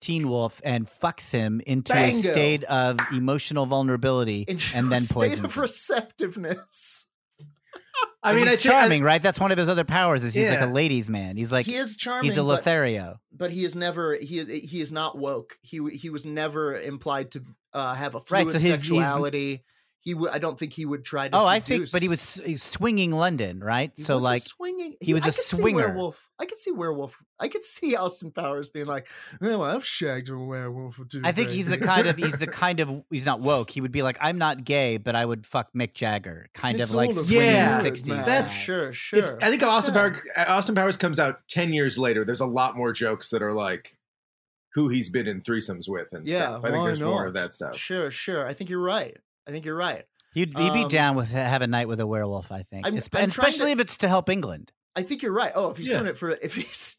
Speaker 3: Teen Wolf and fucks him into
Speaker 1: Bango.
Speaker 3: a state of emotional vulnerability
Speaker 1: into
Speaker 3: and
Speaker 1: a
Speaker 3: then
Speaker 1: (laughs) state
Speaker 3: poisons.
Speaker 1: of
Speaker 3: him.
Speaker 1: receptiveness.
Speaker 2: I mean,
Speaker 3: he's
Speaker 2: I think I-
Speaker 3: charming, right? That's one of his other powers. Is he's like
Speaker 2: Yeah.
Speaker 3: a ladies' man. He's like
Speaker 1: he is charming.
Speaker 3: he's a
Speaker 1: but-
Speaker 3: Lothario.
Speaker 1: but he is never he he is not woke. He w- he was never implied to uh, have a
Speaker 3: Right,
Speaker 1: fluid
Speaker 3: so his- he's-
Speaker 1: sexuality. He w- I don't think he would try to.
Speaker 3: Oh, I think, but he
Speaker 1: seduce-
Speaker 3: was s- he's swinging London, right?
Speaker 1: he
Speaker 3: so
Speaker 1: was a
Speaker 3: like,
Speaker 1: swinging.
Speaker 3: he was
Speaker 1: I
Speaker 3: a
Speaker 1: could see
Speaker 3: swinger.
Speaker 1: werewolf. I could see werewolf. I could see Austin Powers being like, "Well, I've shagged a werewolf or two."
Speaker 3: I think he's the
Speaker 1: baby."
Speaker 3: kind
Speaker 1: (laughs)
Speaker 3: of he's the kind of he's not woke. He would be like, I'm not gay, but I would fuck Mick Jagger, kind
Speaker 1: It's
Speaker 3: of like
Speaker 1: all
Speaker 3: swinging
Speaker 2: Yeah.
Speaker 1: fluid,
Speaker 3: sixties.
Speaker 1: man.
Speaker 2: That's-
Speaker 1: sure,
Speaker 2: if-
Speaker 1: sure.
Speaker 2: I think Austin,
Speaker 1: Yeah.
Speaker 2: Powers, Austin Powers comes out ten years later. There's a lot more jokes that are like who he's been in threesomes with and
Speaker 1: yeah,
Speaker 2: stuff. I think
Speaker 1: why
Speaker 2: there's more of
Speaker 1: not?
Speaker 2: that stuff.
Speaker 1: Sure, sure. I think you're right. I think you're right.
Speaker 3: He'd, he'd be
Speaker 1: Um,
Speaker 3: down with ha- have a night with a werewolf. I think,
Speaker 1: I'm-
Speaker 3: Espe-
Speaker 1: I'm
Speaker 3: and
Speaker 1: trying
Speaker 3: especially
Speaker 1: to-
Speaker 3: if it's to help England.
Speaker 1: I think you're right. Oh, if he's (laughs)
Speaker 2: Yeah.
Speaker 1: doing it for if he's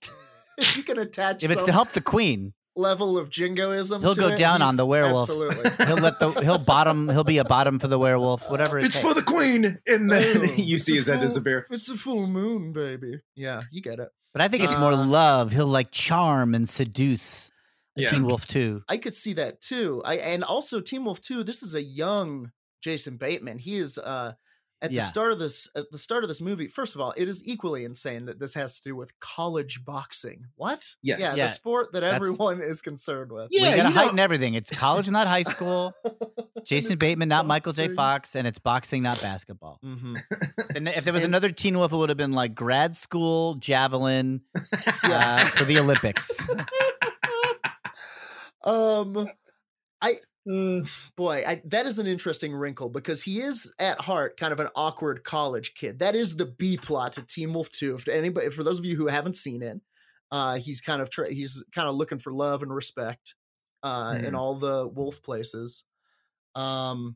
Speaker 1: if you can attach
Speaker 3: If it's to
Speaker 1: some-
Speaker 3: help the Queen,
Speaker 1: level of jingoism.
Speaker 3: He'll
Speaker 1: to
Speaker 3: go
Speaker 1: it,
Speaker 3: down on
Speaker 1: he's-
Speaker 3: the werewolf.
Speaker 1: Absolutely.
Speaker 3: He'll let the he'll bottom he'll be a bottom for the werewolf, whatever it
Speaker 2: it's
Speaker 3: takes.
Speaker 2: for the queen, and then
Speaker 1: Oh,
Speaker 2: (laughs) you
Speaker 1: it's a
Speaker 2: see his head
Speaker 1: full-
Speaker 2: disappear.
Speaker 1: It's a full moon, baby. Yeah, you get it.
Speaker 3: but I think it's more
Speaker 1: Uh,
Speaker 3: love. He'll like charm and seduce
Speaker 2: Yeah.
Speaker 3: Teen Wolf too.
Speaker 1: I could see that too. I and also Team Wolf too. This is a young Jason Bateman. He is uh at
Speaker 3: Yeah.
Speaker 1: the start of this at the start of this movie. First of all, it is equally insane that this has to do with college boxing. What?
Speaker 2: Yes.
Speaker 1: Yeah,
Speaker 3: Yeah,
Speaker 1: the sport that
Speaker 3: that's-
Speaker 1: everyone is concerned with.
Speaker 2: Yeah,
Speaker 3: we gotta
Speaker 2: you know-
Speaker 3: heighten everything. It's college, not high school.
Speaker 1: (laughs)
Speaker 3: Jason
Speaker 1: it's
Speaker 3: Bateman, not Michael J.
Speaker 1: boxing.
Speaker 3: Fox, and it's boxing, not basketball.
Speaker 1: hmm
Speaker 3: And if there was
Speaker 1: And-
Speaker 3: another Teen Wolf, it would have been like grad school javelin
Speaker 1: (laughs) Yeah.
Speaker 3: uh, for the Olympics.
Speaker 1: Um
Speaker 2: Mm.
Speaker 1: boy, I, that is an interesting wrinkle because he is at heart kind of an awkward college kid. That is the B plot to Teen Wolf 2. If anybody for those of you who haven't seen it, uh he's kind of tra- he's kind of looking for love and respect uh in
Speaker 2: Mhm.
Speaker 1: all the wolf places. Um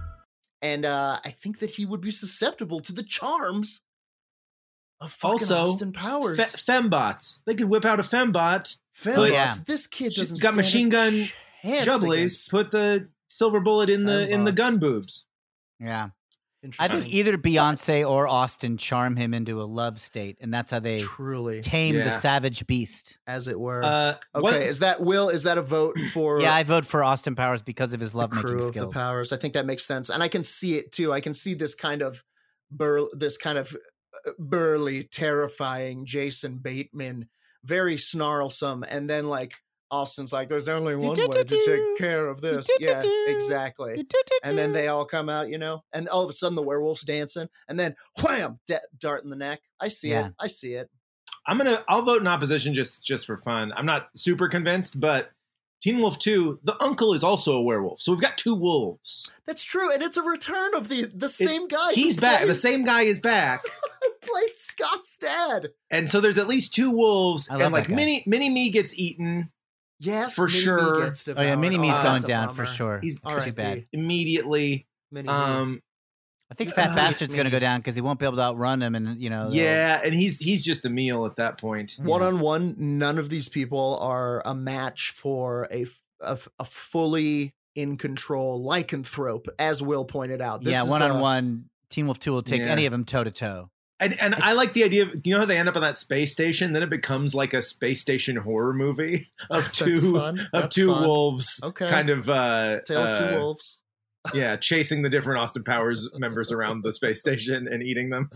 Speaker 1: and uh I think that he would be susceptible to the charms of fucking
Speaker 2: Also,
Speaker 1: Austin Powers.
Speaker 2: Fe- fembots. They could whip out a fembot.
Speaker 1: Fembots.
Speaker 3: Oh, yeah.
Speaker 1: This kid
Speaker 2: She's
Speaker 1: doesn't
Speaker 2: got machine gun
Speaker 1: jublies.
Speaker 2: Jubblies. Put the silver bullet in the in the
Speaker 1: Fembots.
Speaker 2: gun boobs.
Speaker 3: Yeah. I think either Beyonce or Austin charm him into a love state, and that's how they
Speaker 1: truly
Speaker 3: tame the
Speaker 2: Yeah.
Speaker 3: savage beast.
Speaker 1: as it were.
Speaker 2: Uh, what-
Speaker 1: okay, is that Will? Is that a
Speaker 3: (clears throat)
Speaker 1: vote for?
Speaker 3: yeah, I vote for Austin Powers because of his
Speaker 1: the
Speaker 3: love making
Speaker 1: crew of the
Speaker 3: skills.
Speaker 1: powers. I think that makes sense, and I can see it too. I can see this kind of bur- this kind of uh, burly, terrifying Jason Bateman, very snarlsome, and then like Austin's like, "There's only one way to
Speaker 3: Do-do-do-do.
Speaker 1: take care of this." Yeah,
Speaker 3: Do-do-do-do.
Speaker 1: exactly. And then they all come out, you know, and all of a sudden the werewolf's dancing, and then wham, da- dart in the neck. I see
Speaker 3: Yeah.
Speaker 1: it. I see it.
Speaker 2: I'm gonna I'll vote in opposition just just for fun. I'm not super convinced, but Teen Wolf 2, the uncle is also a werewolf. So we've got two wolves.
Speaker 1: That's true, and it's a return of the the same guy. who
Speaker 2: He's back. The
Speaker 1: plays- (laughs)
Speaker 2: same guy is back.
Speaker 1: plays Scott's dad.
Speaker 2: And so there's at least two wolves.
Speaker 3: I love
Speaker 2: And like
Speaker 3: that guy.
Speaker 2: mini mini me gets eaten
Speaker 1: Yes,
Speaker 2: For sure.
Speaker 3: Oh yeah, Mini Me's
Speaker 1: has
Speaker 2: Oh,
Speaker 3: going
Speaker 2: that's
Speaker 3: down for sure.
Speaker 2: He's-
Speaker 3: It's too bad.
Speaker 2: immediately.
Speaker 1: Mini
Speaker 2: Um
Speaker 3: I think Fat
Speaker 1: Ugh,
Speaker 3: Bastard's going to
Speaker 1: me.
Speaker 3: go down because he won't be able to outrun him, and you know. they'll-
Speaker 2: yeah, and he's he's just a meal at that point.
Speaker 1: one on one, none of these people are a match for a f- a f- a fully in control lycanthrope, as Will pointed out. This
Speaker 3: yeah.
Speaker 1: is uh,
Speaker 3: One
Speaker 1: a-
Speaker 3: on one, Teen Wolf Two will take
Speaker 2: Yeah.
Speaker 3: any of them toe to toe.
Speaker 2: And and I like the idea of you know how they end up on that space station, then it becomes like a space station
Speaker 1: (laughs)
Speaker 2: horror movie of
Speaker 1: That's
Speaker 2: two
Speaker 1: fun.
Speaker 2: of
Speaker 1: That's
Speaker 2: two
Speaker 1: fun.
Speaker 2: wolves
Speaker 1: Okay.
Speaker 2: kind of uh
Speaker 1: Tale of
Speaker 2: uh,
Speaker 1: Two Wolves.
Speaker 2: yeah, chasing the different Austin Powers members around the space station and eating them.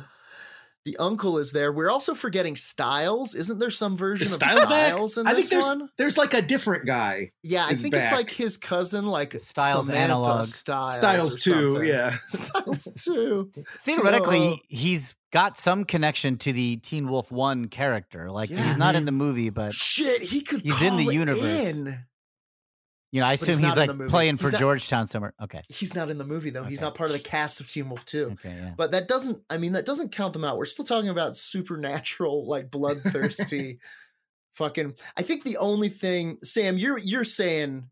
Speaker 1: The uncle is there. We're also forgetting Styles. Isn't there some version
Speaker 2: Is
Speaker 1: of
Speaker 2: Styles back?
Speaker 1: Styles in
Speaker 2: I
Speaker 1: this
Speaker 2: think there's
Speaker 1: one?
Speaker 2: there's like a different guy.
Speaker 1: Yeah, I
Speaker 2: is
Speaker 1: think it's
Speaker 2: back.
Speaker 1: like his cousin, like
Speaker 3: Styles
Speaker 1: Samantha
Speaker 3: analog.
Speaker 1: Styles,
Speaker 2: Styles
Speaker 1: or
Speaker 2: too.
Speaker 1: something.
Speaker 2: Yeah.
Speaker 1: (laughs) Styles
Speaker 3: (laughs)
Speaker 1: too.
Speaker 3: Theoretically,
Speaker 1: TOO.
Speaker 3: he's got some connection to the Teen Wolf One character. Like
Speaker 1: Yeah.
Speaker 3: he's
Speaker 2: Mm-hmm.
Speaker 3: not in the movie, but
Speaker 1: Shit, he could.
Speaker 3: He's in the
Speaker 1: call
Speaker 3: universe.
Speaker 1: in.
Speaker 3: you know, I
Speaker 1: But
Speaker 3: assume
Speaker 1: he's
Speaker 3: he's,
Speaker 1: not in the
Speaker 3: like
Speaker 1: movie.
Speaker 3: playing
Speaker 1: He's
Speaker 3: for
Speaker 1: not-
Speaker 3: Georgetown somewhere. Okay.
Speaker 1: He's not in the movie though. He's
Speaker 3: Okay.
Speaker 1: not part of the cast of Teen Wolf 2.
Speaker 3: Okay. Yeah.
Speaker 1: But that doesn't I mean that doesn't count them out. We're still talking about supernatural like
Speaker 2: (laughs)
Speaker 1: bloodthirsty fucking I think the only thing Sam you're you're saying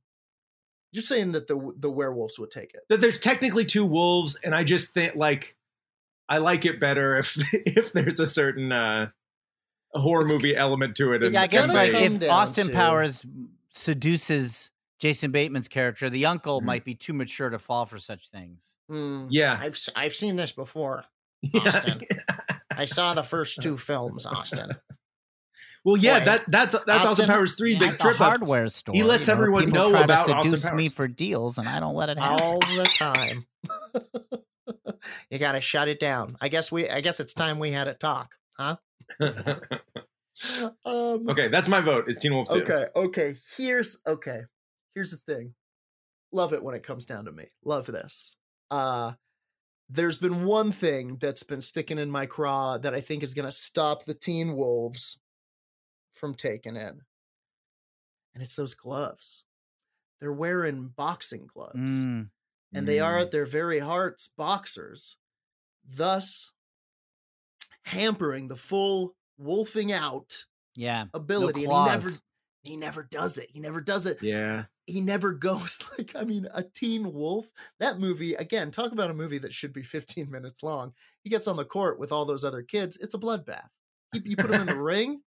Speaker 1: you're saying that the the werewolves would take it.
Speaker 2: that there's technically two wolves, and I just think like I like it better if (laughs) if there's a certain uh horror movie element to it.
Speaker 1: It's
Speaker 2: And,
Speaker 3: Yeah, I guess
Speaker 2: and
Speaker 1: gonna
Speaker 3: like
Speaker 1: come
Speaker 2: they-
Speaker 3: if
Speaker 1: down
Speaker 3: Austin
Speaker 1: to-
Speaker 3: Powers seduces Jason Bateman's character, the uncle
Speaker 1: Mm-hmm.
Speaker 2: Mhm.
Speaker 3: might be too mature to fall for such things.
Speaker 1: Mm,
Speaker 2: (laughs) yeah.
Speaker 1: I've s- I've seen this before.
Speaker 2: yeah.
Speaker 1: Austin. I saw the first two films, Austin.
Speaker 2: Well, yeah,
Speaker 1: Boy.
Speaker 2: that that's that's Austin
Speaker 1: Austin-
Speaker 2: Powers three.
Speaker 3: At
Speaker 2: the trip
Speaker 3: the
Speaker 2: up.
Speaker 3: hardware store.
Speaker 2: He lets
Speaker 3: you
Speaker 2: everyone
Speaker 3: people
Speaker 2: know
Speaker 3: try
Speaker 2: about
Speaker 3: to
Speaker 2: Austin
Speaker 3: seduce me
Speaker 2: Powers.
Speaker 3: for deals, and I don't let it happen.
Speaker 1: all the time. (laughs) you gotta shut it down. I guess we. I guess it's time we had a talk, huh? Um,
Speaker 2: (laughs) okay, that's my vote. Is Teen Wolf two?
Speaker 1: Okay. Okay. Here's okay. Here's the thing. Love it when it comes down to me. Love this. Uh, there's been one thing that's been sticking in my craw that I think is gonna stop the Teen Wolves from taking it, and it's those gloves. They're wearing boxing gloves,
Speaker 3: Mm.
Speaker 1: and they are
Speaker 3: Mm.
Speaker 1: at their very hearts boxers, thus hampering the full wolfing out
Speaker 3: Yeah.
Speaker 1: ability. and he never
Speaker 3: claws.
Speaker 1: he never does it. He never does it
Speaker 2: Yeah.
Speaker 1: he never (laughs) goes like i mean a teen wolf that movie again talk about a movie that should be 15 minutes long he gets on the court with all those other kids it's a bloodbath you, you put him in
Speaker 3: (laughs)
Speaker 1: the ring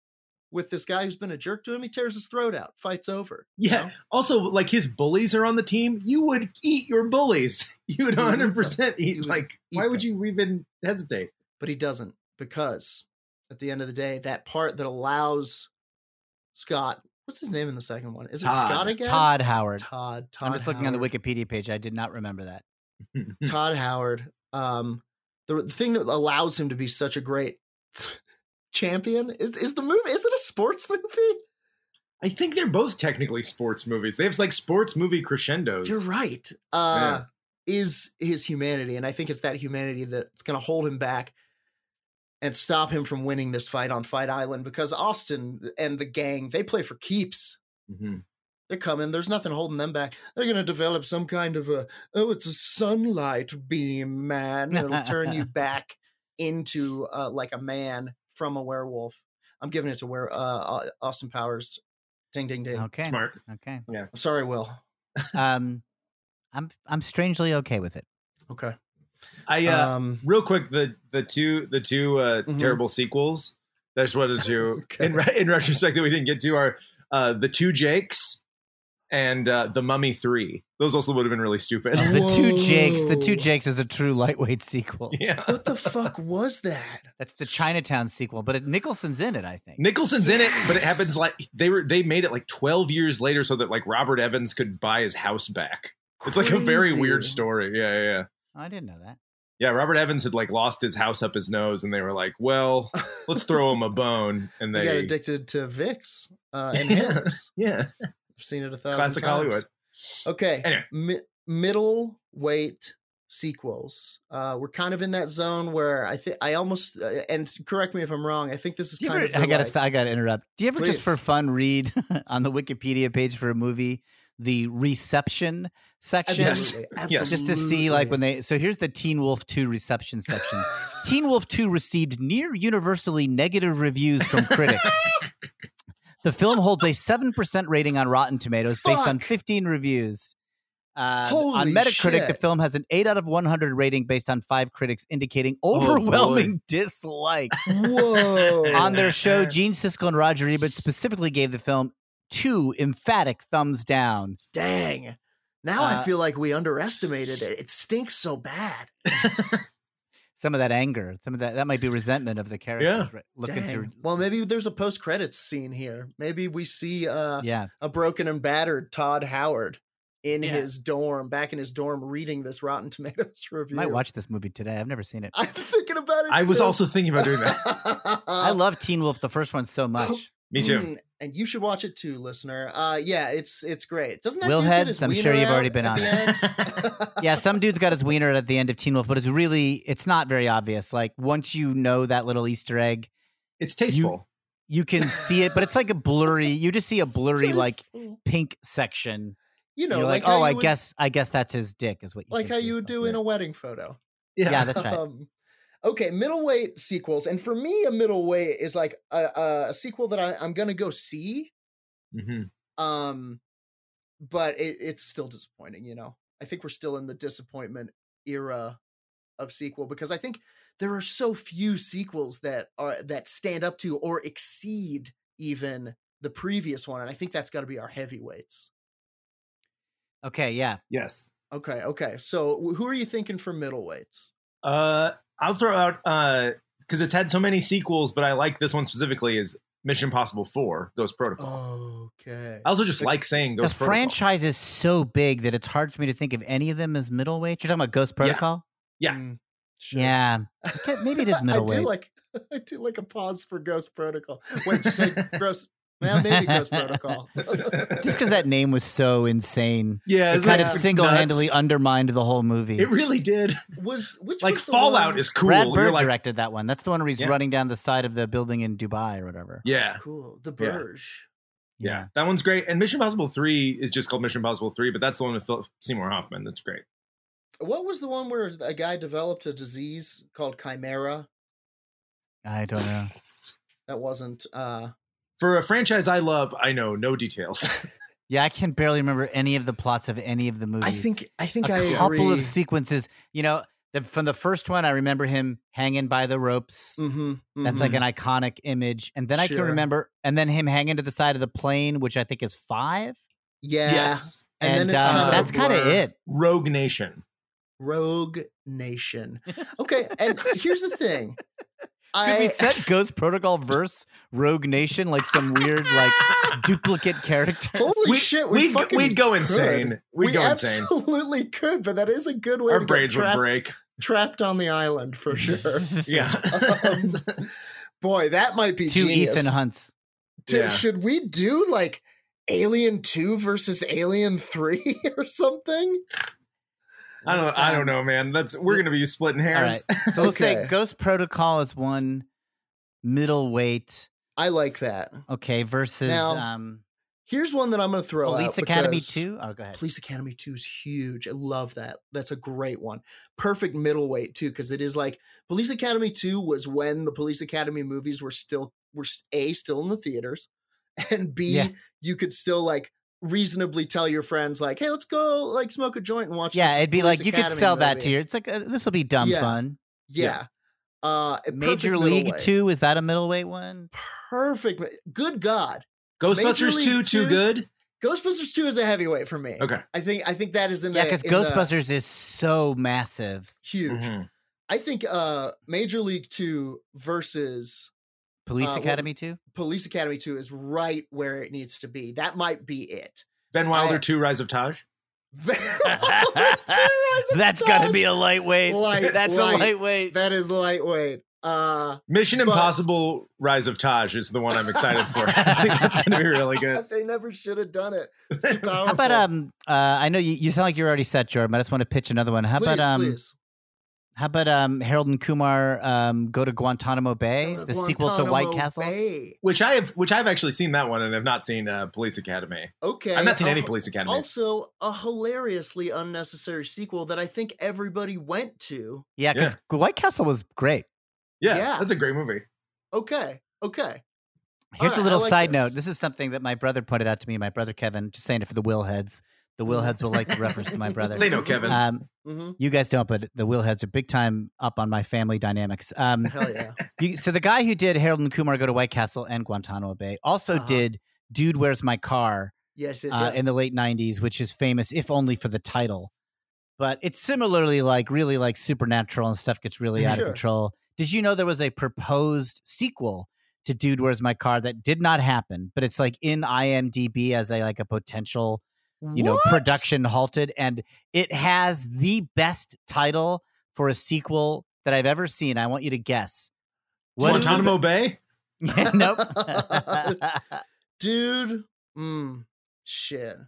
Speaker 1: with this guy who's been a jerk to him he tears his throat out fights over you
Speaker 2: Yeah.
Speaker 1: know?
Speaker 2: Also, like his bullies are on the team. You would eat your bullies. (laughs) You would
Speaker 1: You would eat them.
Speaker 2: 100% eat.
Speaker 1: You would
Speaker 2: like,
Speaker 1: eat
Speaker 2: why would
Speaker 1: them.
Speaker 2: you even (laughs) hesitate?
Speaker 1: but he doesn't because at the end of the day that part that allows scott what's his name in the second one is it
Speaker 2: Todd.
Speaker 1: scott again
Speaker 3: Todd
Speaker 1: It's
Speaker 3: Howard.
Speaker 1: todd todd
Speaker 3: I'm just looking on the hmm.
Speaker 1: Howard.
Speaker 3: Wikipedia page. I did not remember that.
Speaker 1: Todd Howard. Um, the, the thing that allows him to be such a great champion is, is the movie. Is it a sports (laughs) movie?
Speaker 2: I think they're both technically sports movies. They have like sports movie crescendos.
Speaker 1: You're right. Uh, Is his humanity, and I think it's that humanity that's going to hold him back and stop him from winning this fight on Fight Island because Austin and the gang they play for keeps.
Speaker 2: Mhm.
Speaker 1: They're coming. There's nothing holding them back. They're going to develop some kind of a oh, it's a sunlight beam, man. It'll turn
Speaker 2: (laughs)
Speaker 1: you back into uh, like a man from a werewolf. I'm giving it to where uh, Au- Austin Powers. Ding, ding, ding.
Speaker 3: Okay.
Speaker 2: Smart.
Speaker 3: Okay.
Speaker 1: I'm sorry, Will.
Speaker 3: Um, I'm I'm strangely okay
Speaker 1: (laughs)
Speaker 3: with it.
Speaker 1: Okay.
Speaker 2: I, uh,
Speaker 1: Um,
Speaker 2: real quick the the two the two uh,
Speaker 1: Mhm.
Speaker 2: terrible sequels i just wanted to
Speaker 1: (laughs) Okay.
Speaker 2: in, re- in retrospect that we didn't get to are uh, the two jakes and uh, the mummy three those also would have been really stupid
Speaker 3: Of Oh, the two Jakes, the two
Speaker 1: Whoa.
Speaker 3: Jakes is a true lightweight (laughs) sequel.
Speaker 2: (laughs) yeah
Speaker 1: what the fuck was that?
Speaker 3: That's the Chinatown sequel, but it, Nicholson's in it, I think.
Speaker 2: nicholson's in it but it
Speaker 1: Yes.
Speaker 2: happens like they were they made it like 12 years later so that like robert evans could buy his house back it's like a very weird
Speaker 1: Crazy.
Speaker 2: story yeah yeah yeah
Speaker 3: Oh, I didn't know that.
Speaker 2: yeah robert evans had like lost his house up his nose and they were like well
Speaker 1: (laughs)
Speaker 2: let's throw him a bone and
Speaker 1: I got
Speaker 2: they
Speaker 1: addicted to Vicks uh, and
Speaker 2: (laughs) Yeah.
Speaker 1: Hammers.
Speaker 2: yeah
Speaker 1: I've seen it a thousand
Speaker 2: classic
Speaker 1: times.
Speaker 2: hollywood
Speaker 1: Okay.
Speaker 2: Anyway.
Speaker 1: Mi- middle weight sequels. Uh, we're kind of in that zone where I think I almost uh, and correct me if I'm wrong. I think this is
Speaker 3: Do you
Speaker 1: kind
Speaker 3: ever,
Speaker 1: of. the,
Speaker 3: I gotta
Speaker 1: like-
Speaker 3: st- I gotta interrupt. Do you ever just
Speaker 1: Please.
Speaker 3: for fun read (laughs) on the Wikipedia page for a movie the reception section?
Speaker 1: Absolutely.
Speaker 2: (laughs) Yes.
Speaker 3: Just to see like when they so here's the Teen Wolf 2 reception section. Teen Wolf 2 received near universally negative reviews from
Speaker 1: (laughs)
Speaker 3: critics. the film holds a 7% rating on Rotten Tomatoes based on
Speaker 1: Fuck.
Speaker 3: 15 reviews. Uh, on
Speaker 1: Holy
Speaker 3: Metacritic, the
Speaker 1: shit.
Speaker 3: film has an 8 out of 100 rating based on 5 critics indicating
Speaker 1: Oh,
Speaker 3: overwhelming (laughs) dislike.
Speaker 1: Whoa.
Speaker 3: (laughs) on their
Speaker 1: (laughs)
Speaker 3: show, Gene Siskel and Roger Ebert specifically gave the film two emphatic thumbs down.
Speaker 1: Dang. Now
Speaker 3: Uh,
Speaker 1: I feel like we underestimated it. It stinks so bad.
Speaker 3: some of that anger, some of that that might be resentment of the characters re- looking
Speaker 1: Dang.
Speaker 3: to
Speaker 1: Well, maybe there's a post credits scene here. Maybe we see uh, (laughs)
Speaker 3: yeah.
Speaker 1: a broken and battered Todd Howard in
Speaker 3: Yeah.
Speaker 1: his dorm, back in his dorm, reading this Rotten (laughs) Tomatoes review.
Speaker 3: Might watch this movie today. I've never seen it.
Speaker 1: (laughs) I'm thinking about it.
Speaker 2: i was
Speaker 1: too. (laughs)
Speaker 2: also thinking about doing that (laughs)
Speaker 3: I
Speaker 1: Uh,
Speaker 3: love Teen Wolf, the first
Speaker 1: (laughs)
Speaker 3: one, so much.
Speaker 2: Me too.
Speaker 1: Mm, and you should watch it too, listener. Uh, yeah, it's it's great. Doesn't that
Speaker 3: Will
Speaker 1: dude get
Speaker 3: Heads,
Speaker 1: his
Speaker 3: I'm sure
Speaker 1: wiener
Speaker 3: you've
Speaker 1: out
Speaker 3: already been
Speaker 1: at
Speaker 3: on
Speaker 1: the
Speaker 3: (laughs)
Speaker 1: end?
Speaker 3: Yeah, some dude's got his wiener at the end of Teen Wolf, but it's really it's not very obvious. Like once you know that little Easter egg,
Speaker 2: (laughs) It's tasteful.
Speaker 3: you can see it, but it's like a blurry. You
Speaker 1: (laughs)
Speaker 3: just see a blurry like
Speaker 1: Tasteful.
Speaker 3: pink section.
Speaker 1: you know,
Speaker 3: You're like,
Speaker 1: how
Speaker 3: oh,
Speaker 1: you
Speaker 3: I
Speaker 1: would-
Speaker 3: guess I guess that's his dick, is what you
Speaker 1: like
Speaker 3: think
Speaker 1: how
Speaker 3: to
Speaker 1: you would
Speaker 3: yourself,
Speaker 1: do
Speaker 3: yeah.
Speaker 1: in a wedding photo.
Speaker 3: yeah.
Speaker 1: (laughs)
Speaker 3: that's right.
Speaker 1: Um, okay, middleweight sequels, and for me, a middleweight is like a, a, a sequel that I, I'm gonna go see.
Speaker 2: hmm
Speaker 1: um but it, it's still disappointing you know i think we're still in the disappointment era of sequel because i think there are so few sequels that are that stand up to or exceed even the previous one and i think that's got to be our heavyweights
Speaker 3: Okay, yeah.
Speaker 2: Yes.
Speaker 1: okay okay so wh- who are you thinking for middleweights
Speaker 2: Uh, I'll throw out because it's had so many sequels, but I like this one specifically is Mission Impossible Four: Ghost Protocol.
Speaker 1: okay
Speaker 2: I also just like saying
Speaker 3: The
Speaker 2: Ghost Protocol.
Speaker 3: franchise is so big that it's hard for me to think of any of them as middleweight. You're talking about Ghost
Speaker 2: Yeah.
Speaker 3: Protocol?
Speaker 2: yeah.
Speaker 1: Mm, sure.
Speaker 3: Yeah. Okay, maybe it is
Speaker 1: (laughs) I
Speaker 3: middleweight.
Speaker 1: do like I do like a pause for Ghost Protocol.
Speaker 3: (laughs)
Speaker 1: Wait, just like Ghost. Well, maybe Ghost Protocol. (laughs)
Speaker 3: Just because that name was so insane,
Speaker 2: yeah,
Speaker 3: it
Speaker 2: isn't
Speaker 3: kind
Speaker 2: that
Speaker 3: of
Speaker 2: nuts?
Speaker 3: single-handedly undermined the whole movie.
Speaker 2: It really did.
Speaker 1: was which
Speaker 2: Like
Speaker 1: was the
Speaker 2: Fallout
Speaker 1: one-
Speaker 2: is cool.
Speaker 3: Brad
Speaker 2: You're
Speaker 3: Bird
Speaker 2: like,
Speaker 3: directed that one. That's the one where he's
Speaker 2: Yeah.
Speaker 3: running down the side of the building in Dubai or whatever.
Speaker 2: yeah,
Speaker 1: cool. The
Speaker 2: Yeah.
Speaker 1: Burge.
Speaker 2: Yeah. that one's great. And Mission Impossible Three is just called Mission Impossible Three, but that's the one with Philip Seymour Hoffman. That's great.
Speaker 1: What was the one where a guy developed a disease called chimera?
Speaker 3: I don't know.
Speaker 1: That wasn't. uh
Speaker 2: For a franchise I love, I know no details. (laughs)
Speaker 3: Yeah, I can barely remember any of the plots of any of the movies.
Speaker 1: I think. I think
Speaker 3: a
Speaker 1: I
Speaker 3: couple
Speaker 1: agree.
Speaker 3: of sequences. You know, the, from the first one, I remember him hanging by the ropes.
Speaker 1: Mhm,
Speaker 3: That's like
Speaker 1: mhm.
Speaker 3: an iconic image. And then I
Speaker 1: Sure.
Speaker 3: can remember, and then him hanging to the side of the plane, which I think is five.
Speaker 1: yeah.
Speaker 2: Yes,
Speaker 1: And, then it's
Speaker 3: um,
Speaker 1: kind of
Speaker 3: that's
Speaker 1: kind of
Speaker 3: it.
Speaker 2: Uh, Rogue Nation.
Speaker 1: Rogue Nation.
Speaker 3: (laughs)
Speaker 1: Okay, and here's the thing.
Speaker 3: Could
Speaker 1: I
Speaker 3: we set Ghost Protocol verse Rogue Nation like some weird
Speaker 1: (laughs)
Speaker 3: like duplicate character?
Speaker 1: (laughs) holy
Speaker 2: We-
Speaker 1: shit, we
Speaker 2: we'd,
Speaker 1: fucking
Speaker 2: we'd go
Speaker 1: could.
Speaker 2: insane. We'd
Speaker 1: we
Speaker 2: go insane.
Speaker 1: absolutely could, but that is a good way
Speaker 2: Our
Speaker 1: to
Speaker 2: brains
Speaker 1: get trapped,
Speaker 2: would break.
Speaker 1: trapped on the island
Speaker 2: (laughs)
Speaker 1: for sure.
Speaker 2: Yeah.
Speaker 1: (laughs)
Speaker 2: (laughs)
Speaker 1: Um, boy, that might be
Speaker 3: Two
Speaker 1: genius.
Speaker 3: Ethan Hunts.
Speaker 1: Do-
Speaker 2: Yeah.
Speaker 1: Should we do like Alien Two versus Alien Three (laughs) or something?
Speaker 2: I don't.
Speaker 3: Let's,
Speaker 2: I don't
Speaker 3: um,
Speaker 2: know, man. That's we're gonna be splitting
Speaker 3: All right.
Speaker 2: hairs.
Speaker 3: So we'll
Speaker 1: (laughs)
Speaker 3: say
Speaker 1: Okay.
Speaker 3: Ghost Protocol is one middleweight.
Speaker 1: I like that.
Speaker 3: Okay, versus
Speaker 1: Now,
Speaker 3: um,
Speaker 1: Here's one that I'm going to throw.
Speaker 3: Police
Speaker 1: out
Speaker 3: Academy
Speaker 1: because-
Speaker 3: Two. Oh, go ahead.
Speaker 1: Police Academy 2 is huge. I love that. That's a great one. Perfect middleweight too cuz it is like Police Academy 2 was when the Police Academy movies were still were s- A still in the theaters (laughs) and B
Speaker 3: Yeah.
Speaker 1: you could still like reasonably tell your friends like, "Hey, let's go like smoke a joint and watch
Speaker 3: Yeah,
Speaker 1: this
Speaker 3: it'd be
Speaker 1: Police
Speaker 3: like you could
Speaker 1: Academy
Speaker 3: sell that to
Speaker 1: movie."
Speaker 3: your. It's like uh, this will be dumb
Speaker 1: Yeah.
Speaker 3: fun.
Speaker 1: Yeah. Uh a
Speaker 3: Major
Speaker 1: perfect
Speaker 3: League
Speaker 1: middleweight.
Speaker 3: Two is that a middleweight one?
Speaker 1: Perfect. mi- Good god. Major
Speaker 2: Ghostbusters
Speaker 1: League
Speaker 2: two, too
Speaker 1: Two?
Speaker 2: good.
Speaker 1: Ghostbusters 2 is a heavyweight for me.
Speaker 2: Okay.
Speaker 1: I think I think that is in
Speaker 3: Yeah,
Speaker 1: the
Speaker 3: because
Speaker 1: in the
Speaker 3: Ghostbusters is so massive.
Speaker 1: huge.
Speaker 2: Mhm.
Speaker 1: I think uh Major League 2 versus
Speaker 3: Police
Speaker 1: Uh, well,
Speaker 3: Academy Two.
Speaker 1: Police Academy 2 is right where it needs to be. That might be it. (laughs)
Speaker 2: Ben Wilder
Speaker 1: I-
Speaker 2: two, Rise of Taj.
Speaker 3: That's got to be a lightweight.
Speaker 1: Light-
Speaker 3: (laughs) That's
Speaker 1: light.
Speaker 3: a lightweight.
Speaker 1: That is lightweight. Uh
Speaker 2: Mission
Speaker 1: But-
Speaker 2: Impossible: Rise of Taj is the one I'm excited
Speaker 3: (laughs)
Speaker 2: for. I think that's going to be really good.
Speaker 1: they never should have done
Speaker 2: (laughs)
Speaker 1: it. It's too powerful.
Speaker 3: How about um? Uh, I know you, you sound like you're already set, Jordan. But I just want to pitch another one. How about
Speaker 1: Please,
Speaker 3: um?
Speaker 1: please.
Speaker 3: How about um? Harold and Kumar um go to Guantanamo Bay,
Speaker 1: Go
Speaker 3: the sequel to White
Speaker 1: Guantanamo
Speaker 3: Castle.
Speaker 1: Bay.
Speaker 2: Which I have, which I've actually seen that one, and have not seen uh, Police Academy.
Speaker 1: Okay.
Speaker 2: I've not seen any
Speaker 1: Uh,
Speaker 2: Police Academy.
Speaker 1: Also, a hilariously unnecessary sequel that I think everybody went to.
Speaker 3: Yeah, because White Castle was great.
Speaker 2: yeah,
Speaker 1: yeah.
Speaker 2: that's a great movie.
Speaker 1: Okay. Okay.
Speaker 3: Here's
Speaker 1: All right, I
Speaker 3: a little
Speaker 1: like
Speaker 3: side
Speaker 1: this.
Speaker 3: note. This is something that my brother pointed out to me. My brother Kevin, just saying it for the will heads. The will heads will like the reference to my
Speaker 1: (laughs)
Speaker 3: brother.
Speaker 2: They know Kevin.
Speaker 3: Um,
Speaker 1: Mhm.
Speaker 3: you guys don't, but the will heads are big time up on my family dynamics. Um,
Speaker 1: Hell yeah. (laughs)
Speaker 3: You, so the guy who did Harold and Kumar Go to White Castle and Guantanamo Bay also
Speaker 1: Uh-huh.
Speaker 3: did Dude Where's My Car
Speaker 1: Yes, yes,
Speaker 3: uh,
Speaker 1: yes.
Speaker 3: in the late '90s, which is famous if only for the title. But it's similarly like really like supernatural and stuff gets really out
Speaker 1: Sure.
Speaker 3: of control. Did you know there was a proposed sequel to Dude Where's My Car that did not happen, but it's like in IMDb as a like a potential you know
Speaker 1: What?
Speaker 3: production halted and it has the best title for a sequel that i've ever seen i want you to guess (laughs) is the-
Speaker 2: Guantanamo Bay.
Speaker 1: (laughs)
Speaker 3: nope (laughs)
Speaker 1: dude. Mm, shit.
Speaker 2: Dude,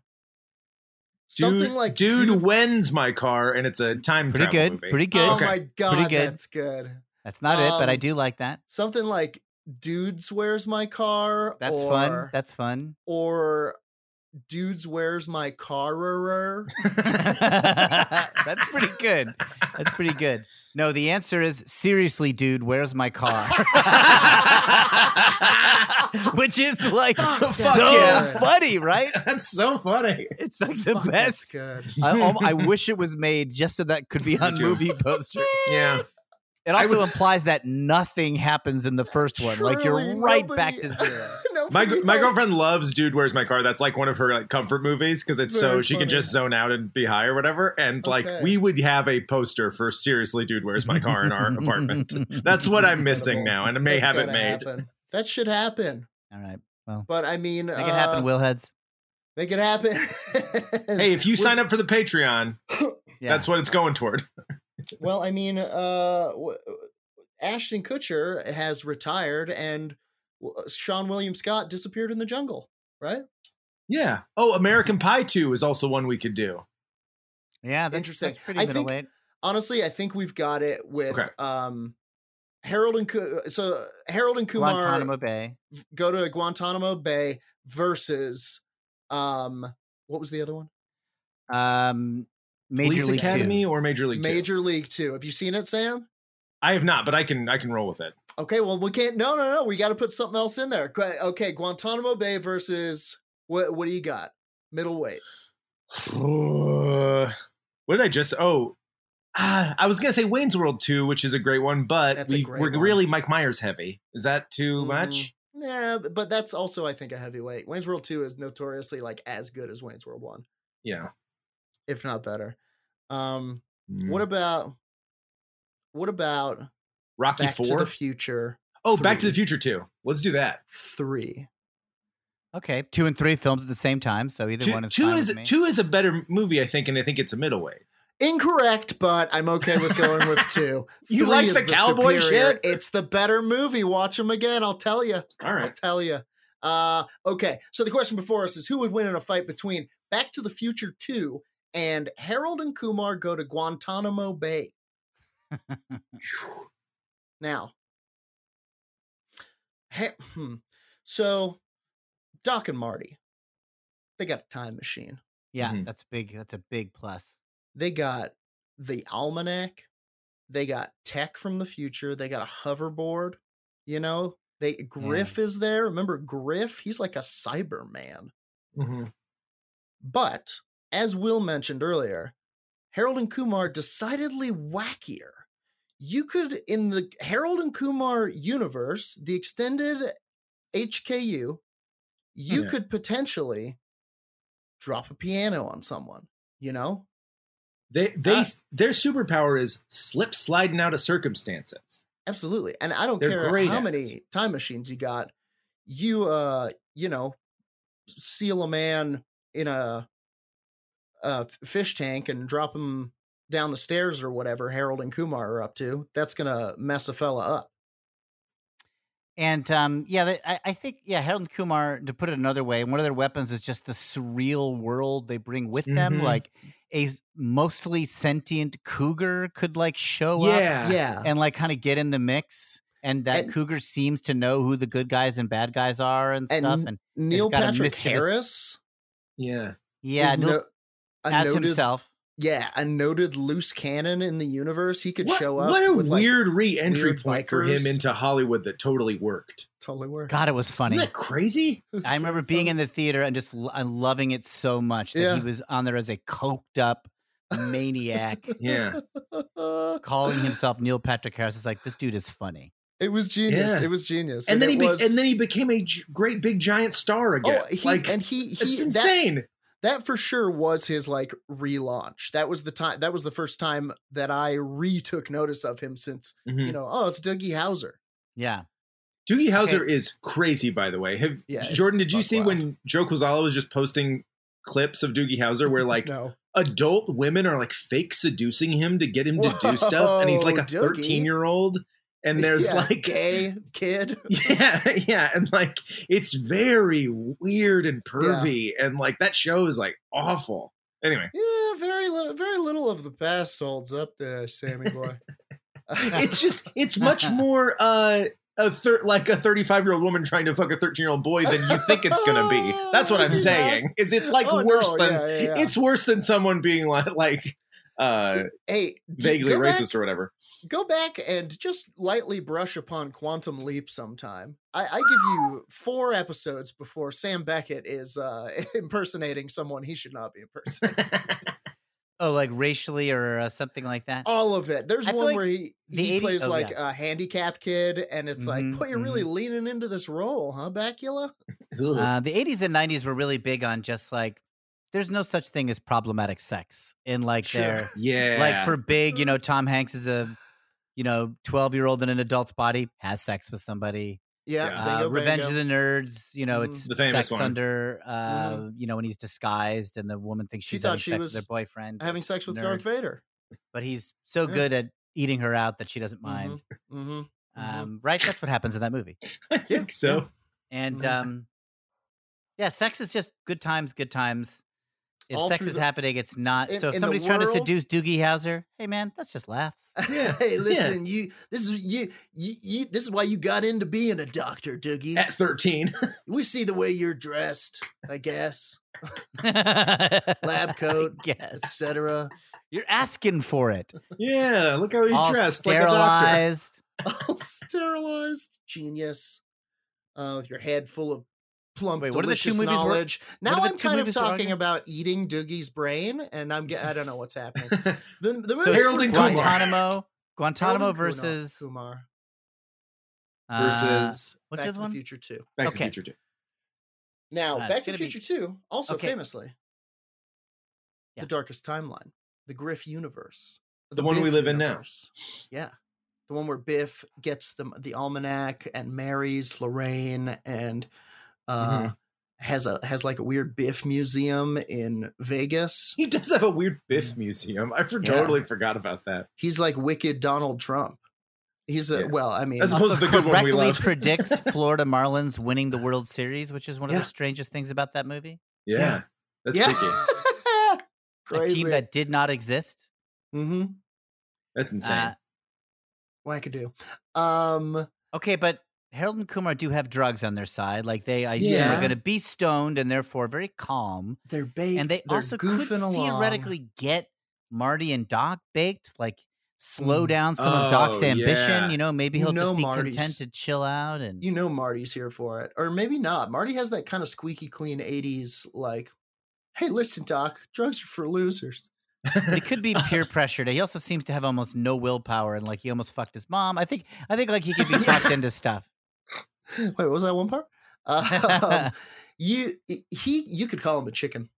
Speaker 1: Something like
Speaker 2: dude, wends my car, and it's a time
Speaker 3: pretty
Speaker 2: travel
Speaker 3: good
Speaker 2: movie.
Speaker 3: pretty good
Speaker 1: Oh
Speaker 2: Okay.
Speaker 1: my god,
Speaker 3: good.
Speaker 1: that's good.
Speaker 3: that's not it but i
Speaker 1: Um,
Speaker 3: do like that
Speaker 1: Something like dudes where's my car.
Speaker 3: that's
Speaker 1: or,
Speaker 3: fun
Speaker 1: (laughs)
Speaker 3: that's fun
Speaker 1: or dudes where's my
Speaker 2: (laughs)
Speaker 1: car.
Speaker 3: that's pretty good that's pretty good no the answer is seriously dude where's my car (laughs) which is like so
Speaker 1: yeah.
Speaker 3: funny right
Speaker 2: (laughs) That's so funny.
Speaker 3: it's like the
Speaker 1: Fuck,
Speaker 3: best
Speaker 1: That's good. (laughs)
Speaker 3: I, al- I wish it was made just so that could be on
Speaker 2: too.
Speaker 3: movie posters.
Speaker 1: (laughs)
Speaker 2: Yeah,
Speaker 3: It
Speaker 2: I
Speaker 3: also
Speaker 2: would-
Speaker 3: implies that nothing happens in the first one. like you're
Speaker 1: Truly,
Speaker 3: right back
Speaker 1: (laughs)
Speaker 3: to
Speaker 1: nobody-
Speaker 3: zero.
Speaker 2: my
Speaker 1: nobody
Speaker 2: my
Speaker 1: knows. (laughs)
Speaker 2: girlfriend loves Dude, Where's My Car? That's like one of her like comfort movies because it's so
Speaker 1: Very
Speaker 2: she can
Speaker 1: funny.
Speaker 2: just zone out and be high or whatever. And
Speaker 1: Okay.
Speaker 2: like we would have a poster for seriously, Dude, Where's My Car
Speaker 1: (laughs)
Speaker 2: in our apartment. That's what I'm missing now, and I may
Speaker 1: That's
Speaker 2: have it
Speaker 1: gotta
Speaker 2: made.
Speaker 1: happen. That should happen.
Speaker 3: All right.
Speaker 1: But I mean,
Speaker 3: Make it happen,
Speaker 1: uh,
Speaker 3: Willheads.
Speaker 1: Make it (laughs) happen.
Speaker 2: Hey, if you sign up for the Patreon,
Speaker 3: Yeah.
Speaker 2: that's what it's going
Speaker 3: (laughs)
Speaker 2: toward.
Speaker 1: Well, I mean, uh, w- Ashton Kutcher has retired, and w- uh, Sean William Scott disappeared in the jungle, right?
Speaker 2: Yeah. Oh, American Pie 2 is also one we could do.
Speaker 3: yeah, that's,
Speaker 1: Interesting.
Speaker 3: that's pretty
Speaker 1: I think-
Speaker 3: middleweight.
Speaker 1: Honestly, I think we've got it with
Speaker 2: Okay.
Speaker 1: um, Harold and Ku- so Harold and Kumar
Speaker 3: Guantanamo Bay.
Speaker 1: go to Guantanamo Bay versus um what was the other one?
Speaker 3: Um, Major
Speaker 2: Police
Speaker 3: League
Speaker 2: Academy
Speaker 3: Two.
Speaker 2: or Major League Two?
Speaker 1: Major League 2. Have you seen it, Sam?
Speaker 2: I have not, but I can I can roll with it.
Speaker 1: Okay, well we can't no no no, we got to put something else in there. Gu- Okay, Guantanamo Bay versus what what do you got? Middleweight.
Speaker 2: what did I just? Oh, ah, I was gonna say Wayne's World Two, which is a great one, but
Speaker 1: That's a
Speaker 2: we,
Speaker 1: great
Speaker 2: we're
Speaker 1: one. Mm-hmm.
Speaker 2: really Mike Myers heavy. Is that too much?
Speaker 1: Yeah, b- but that's also I think a heavyweight. Wayne's World 2 is notoriously like as good as Wayne's World 1,
Speaker 2: Yeah.
Speaker 1: if not better. Um
Speaker 2: Mm.
Speaker 1: what about what about
Speaker 2: Rocky
Speaker 1: Back to
Speaker 2: Four?
Speaker 1: the Future
Speaker 2: oh, Back to the
Speaker 1: Three.
Speaker 2: Future Two. Let's do that.
Speaker 1: 3?
Speaker 3: Okay, two and three filmed at the same time, so either
Speaker 2: Two,
Speaker 3: one is
Speaker 2: two
Speaker 3: fine
Speaker 2: is
Speaker 3: with me.
Speaker 2: two is a better movie, I think, and I think it's a middleweight.
Speaker 1: Incorrect, but I'm okay with going
Speaker 2: (laughs)
Speaker 1: with two.
Speaker 2: You like the cowboy
Speaker 1: superior.
Speaker 2: shit?
Speaker 1: It's the better movie. Watch them again. I'll tell you.
Speaker 2: All
Speaker 1: I'll
Speaker 2: right.
Speaker 1: tell you. Uh, okay, so the question before us is who would win in a fight between Back to the Future 2 and Harold and Kumar go to Guantanamo Bay?
Speaker 2: (laughs)
Speaker 1: now, Ha- hmm. so Doc and Marty, they got a time machine.
Speaker 3: Yeah,
Speaker 2: Mhm.
Speaker 3: that's big. That's a big plus.
Speaker 1: they got the almanac they got tech from the future they got a hoverboard you know they griff is there remember griff he's like a cyberman
Speaker 2: Mhm.
Speaker 1: but as will mentioned earlier harold and kumar decidedly wackier you could in the harold and kumar universe the extended hku you
Speaker 2: Yeah.
Speaker 1: could potentially drop a piano on someone you know
Speaker 2: They they
Speaker 1: Ah.
Speaker 2: their superpower is slip sliding out of circumstances.
Speaker 1: Absolutely. And I don't
Speaker 2: They're
Speaker 1: care
Speaker 2: great
Speaker 1: how
Speaker 2: at it.
Speaker 1: many time machines you got. You uh, you know, seal a man in a a f- fish tank and drop him down the stairs or whatever Harold and Kumar are up to. That's going to mess a fella up.
Speaker 3: And um, yeah, they, I, I think yeah, Harold and Kumar. To put it another way, one of their weapons is just the surreal world they bring with them.
Speaker 2: Mhm.
Speaker 3: Like a s- mostly sentient cougar could like show up
Speaker 2: yeah.
Speaker 1: Oh, yeah.
Speaker 3: and like kind of get in the mix. And that
Speaker 1: And-
Speaker 3: cougar seems to know who the good guys and bad guys are and,
Speaker 1: And
Speaker 3: stuff. And
Speaker 1: Neil
Speaker 3: got a
Speaker 1: Patrick
Speaker 3: mischievous-
Speaker 1: Harris
Speaker 2: Yeah.
Speaker 3: yeah,
Speaker 1: is
Speaker 3: Neil-
Speaker 1: no- a
Speaker 3: as
Speaker 1: noted,
Speaker 3: himself.
Speaker 1: Yeah, a noted loose cannon in the universe. He could
Speaker 2: What,
Speaker 1: show up.
Speaker 2: what a
Speaker 1: with, like,
Speaker 2: weird re-entry
Speaker 1: weird
Speaker 2: point for him
Speaker 1: bikers.
Speaker 2: into Hollywood that totally worked.
Speaker 1: totally work.
Speaker 3: God, it was funny.
Speaker 2: Isn't that crazy?
Speaker 3: I remember being in the theater and just lo- and loving it so much that
Speaker 1: Yeah.
Speaker 3: he was on there as a coked up
Speaker 1: (laughs)
Speaker 3: maniac
Speaker 2: Yeah.
Speaker 3: calling himself Neil Patrick Harris. It's like this dude is funny.
Speaker 1: It was genius.
Speaker 2: Yeah.
Speaker 1: It was genius.
Speaker 2: and then
Speaker 1: it
Speaker 2: he be-
Speaker 1: was,
Speaker 2: and then he became a g- great big giant star again.
Speaker 1: Oh, he,
Speaker 2: like
Speaker 1: and he, he
Speaker 2: it's
Speaker 1: that,
Speaker 2: insane.
Speaker 1: that for sure was his like relaunch. That was the time. That was the first time that I retook notice of him since
Speaker 2: Mhm.
Speaker 1: you know. Oh, it's Dougie Hauser.
Speaker 3: Yeah.
Speaker 2: Doogie Howser is crazy, by the way. Have
Speaker 1: Yeah, it's
Speaker 2: Jordan? Did you
Speaker 1: buck
Speaker 2: see
Speaker 1: wild.
Speaker 2: when Joe Quazala was just posting clips of Doogie Howser
Speaker 1: (laughs)
Speaker 2: where like
Speaker 1: no,
Speaker 2: adult women are like fake seducing him to get him to do stuff, and he's like a
Speaker 1: Whoa, Doogie.
Speaker 2: thirteen year old,
Speaker 1: (laughs)
Speaker 2: and there's
Speaker 1: Yeah,
Speaker 2: like
Speaker 1: gay kid.
Speaker 2: (laughs) yeah, yeah, and like it's very weird and pervy, and like that show is like awful. Anyway,
Speaker 1: Yeah, very little, very little of the past holds up there, Sammy
Speaker 2: (laughs)
Speaker 1: boy. (laughs)
Speaker 2: it's just it's much more uh a thir- like a 35 year old woman trying to fuck a 13 year old boy than you think it's gonna be that's what
Speaker 1: (laughs)
Speaker 2: i'm
Speaker 1: Yeah.
Speaker 2: saying is it's like
Speaker 1: Oh, no,
Speaker 2: worse than
Speaker 1: yeah, yeah, yeah.
Speaker 2: it's worse than someone being like like uh
Speaker 1: hey, d-
Speaker 2: vaguely
Speaker 1: go back-
Speaker 2: racist or whatever
Speaker 1: go back and just lightly brush upon quantum leap sometime i, I give you four episodes before sam beckett is uh, (laughs) impersonating someone he should not be impersonating
Speaker 3: Oh, like racially or uh, something like that.
Speaker 1: all of it there's
Speaker 3: I feel
Speaker 1: one
Speaker 3: like
Speaker 1: where he,
Speaker 3: the
Speaker 1: he
Speaker 3: 80
Speaker 1: plays
Speaker 3: oh,
Speaker 1: like a handicap kid and it's
Speaker 3: Mhm,
Speaker 1: like well you're really leaning into this role huh bacula
Speaker 2: Ugh.
Speaker 3: Uh, the 80s and 90s were really big on just like there's no such thing as problematic sex in like
Speaker 1: Sure.
Speaker 3: their
Speaker 2: yeah
Speaker 3: like for big, you know, Tom Hanks is a you know, 12 year old in an adult's body has sex with somebody.
Speaker 1: yeah,
Speaker 2: Yeah.
Speaker 3: Uh,
Speaker 1: bingo,
Speaker 3: Revenge of
Speaker 1: bango.
Speaker 3: the Nerds, you know,
Speaker 1: Mhm.
Speaker 3: it's
Speaker 2: The famous
Speaker 3: sex
Speaker 2: one.
Speaker 3: under, uh, you know, when he's disguised and the woman thinks
Speaker 1: Mm-hmm. She
Speaker 3: she's
Speaker 1: thought
Speaker 3: having
Speaker 1: she
Speaker 3: sex
Speaker 1: was
Speaker 3: with her boyfriend.
Speaker 1: having sex with
Speaker 3: nerd.
Speaker 1: darth vader
Speaker 3: But he's so
Speaker 1: Yeah.
Speaker 3: good at eating her out that she doesn't mind.
Speaker 1: hmm mhm.
Speaker 3: (laughs) Um, right? That's what happens in that movie.
Speaker 2: (laughs) i think so
Speaker 3: (laughs) And
Speaker 1: Mhm.
Speaker 3: um, yeah, sex is just good times, good times. If
Speaker 1: All
Speaker 3: sex
Speaker 1: through
Speaker 3: is
Speaker 1: the-
Speaker 3: happening, it's not.
Speaker 1: in-
Speaker 3: so if
Speaker 1: in the
Speaker 3: somebody's trying to
Speaker 1: world-
Speaker 3: seduce Doogie Howser, hey man, that's just laughs.
Speaker 1: hey, listen, you. This is you, you. You. This is why you got into being a doctor,
Speaker 3: (laughs)
Speaker 1: Doogie.
Speaker 2: (laughs) At 13.
Speaker 1: we see the way you're dressed. I
Speaker 3: (laughs)
Speaker 1: guess
Speaker 3: Lab
Speaker 1: (laughs)
Speaker 3: (laughs)
Speaker 1: lab coat,
Speaker 3: Yes,
Speaker 1: etc.
Speaker 3: you're asking for it.
Speaker 2: (laughs) yeah, look how he's
Speaker 3: All
Speaker 2: dressed like a doctor.
Speaker 3: sterilized.
Speaker 1: All (laughs) sterilized, genius. Uh, with your head full of plump,
Speaker 3: Wait, what are the two
Speaker 1: delicious
Speaker 3: movies we're-
Speaker 1: knowledge.
Speaker 3: are
Speaker 1: Now
Speaker 3: the
Speaker 1: I'm
Speaker 3: two
Speaker 1: kind of
Speaker 3: movies we're
Speaker 1: talking
Speaker 3: arguing?
Speaker 1: about eating Doogie's brain, and I'm. ge- I don't know what's
Speaker 3: (laughs)
Speaker 1: happening. The, the
Speaker 3: So
Speaker 2: Harold
Speaker 3: it's
Speaker 2: and Kumar.
Speaker 3: (laughs) Guantanamo, Guantanamo
Speaker 1: Harold and Kumar-
Speaker 3: versus
Speaker 1: Kumar
Speaker 3: uh,
Speaker 2: versus-
Speaker 1: Back
Speaker 3: what's the
Speaker 1: to
Speaker 3: other one?
Speaker 1: the Future Two.
Speaker 2: Back
Speaker 3: Okay.
Speaker 2: to the future too.
Speaker 1: Now,
Speaker 3: Uh, it's
Speaker 1: Back to the
Speaker 3: gonna be-
Speaker 1: Future Two, also
Speaker 3: Okay.
Speaker 1: famously,
Speaker 3: Yeah.
Speaker 1: the Darkest Timeline, the Griff universe,
Speaker 2: The one we
Speaker 1: Biff
Speaker 2: live in now.
Speaker 1: universe. Yeah, the one where Biff gets the the almanac and marries Lorraine and uh,
Speaker 3: Mm-hmm.
Speaker 1: has a has like a weird Biff museum in Vegas.
Speaker 2: He does have a weird Biff museum. I for-
Speaker 1: Yeah.
Speaker 2: totally forgot about that.
Speaker 1: He's like wicked Donald Trump. He's a
Speaker 2: Yeah.
Speaker 1: well, I mean, (laughs)
Speaker 2: As
Speaker 3: Also
Speaker 2: opposed to the good one we
Speaker 3: correctly
Speaker 2: love.
Speaker 3: predicts Florida Marlins winning the World Series, which is one of
Speaker 1: Yeah.
Speaker 3: the strangest things about that movie.
Speaker 2: Yeah.
Speaker 1: Yeah.
Speaker 2: That's freaky.
Speaker 1: (laughs) Crazy.
Speaker 3: A team that did not exist.
Speaker 1: mm-hmm.
Speaker 2: That's insane.
Speaker 3: Uh,
Speaker 1: Wackadoo. Um,
Speaker 3: okay, but Harold and Kumar do have drugs on their side. Like they, I assume,
Speaker 1: Yeah.
Speaker 3: are going to be stoned and therefore very calm.
Speaker 1: they're baked.
Speaker 3: and they
Speaker 1: they're
Speaker 3: also could
Speaker 1: goofing along.
Speaker 3: theoretically get Marty and Doc baked, like slow
Speaker 1: Mm.
Speaker 3: down some of
Speaker 2: Oh,
Speaker 3: Doc's ambition.
Speaker 2: yeah.
Speaker 3: You know, maybe
Speaker 1: You
Speaker 3: he'll
Speaker 1: know
Speaker 3: just be
Speaker 1: Marty's-
Speaker 3: content to chill out and
Speaker 1: you know Marty's here for it, or maybe not. Marty has that kind of squeaky clean '80s, like, "Hey, listen, Doc, drugs are for losers." (laughs)
Speaker 3: it could be peer pressured. He also seems to have almost no willpower and like he almost fucked his mom. I think I think like
Speaker 1: (laughs)
Speaker 3: he could be talked into stuff. (laughs)
Speaker 1: Wait, what was that one part?
Speaker 2: (laughs)
Speaker 1: Um, you he you could call him a chicken.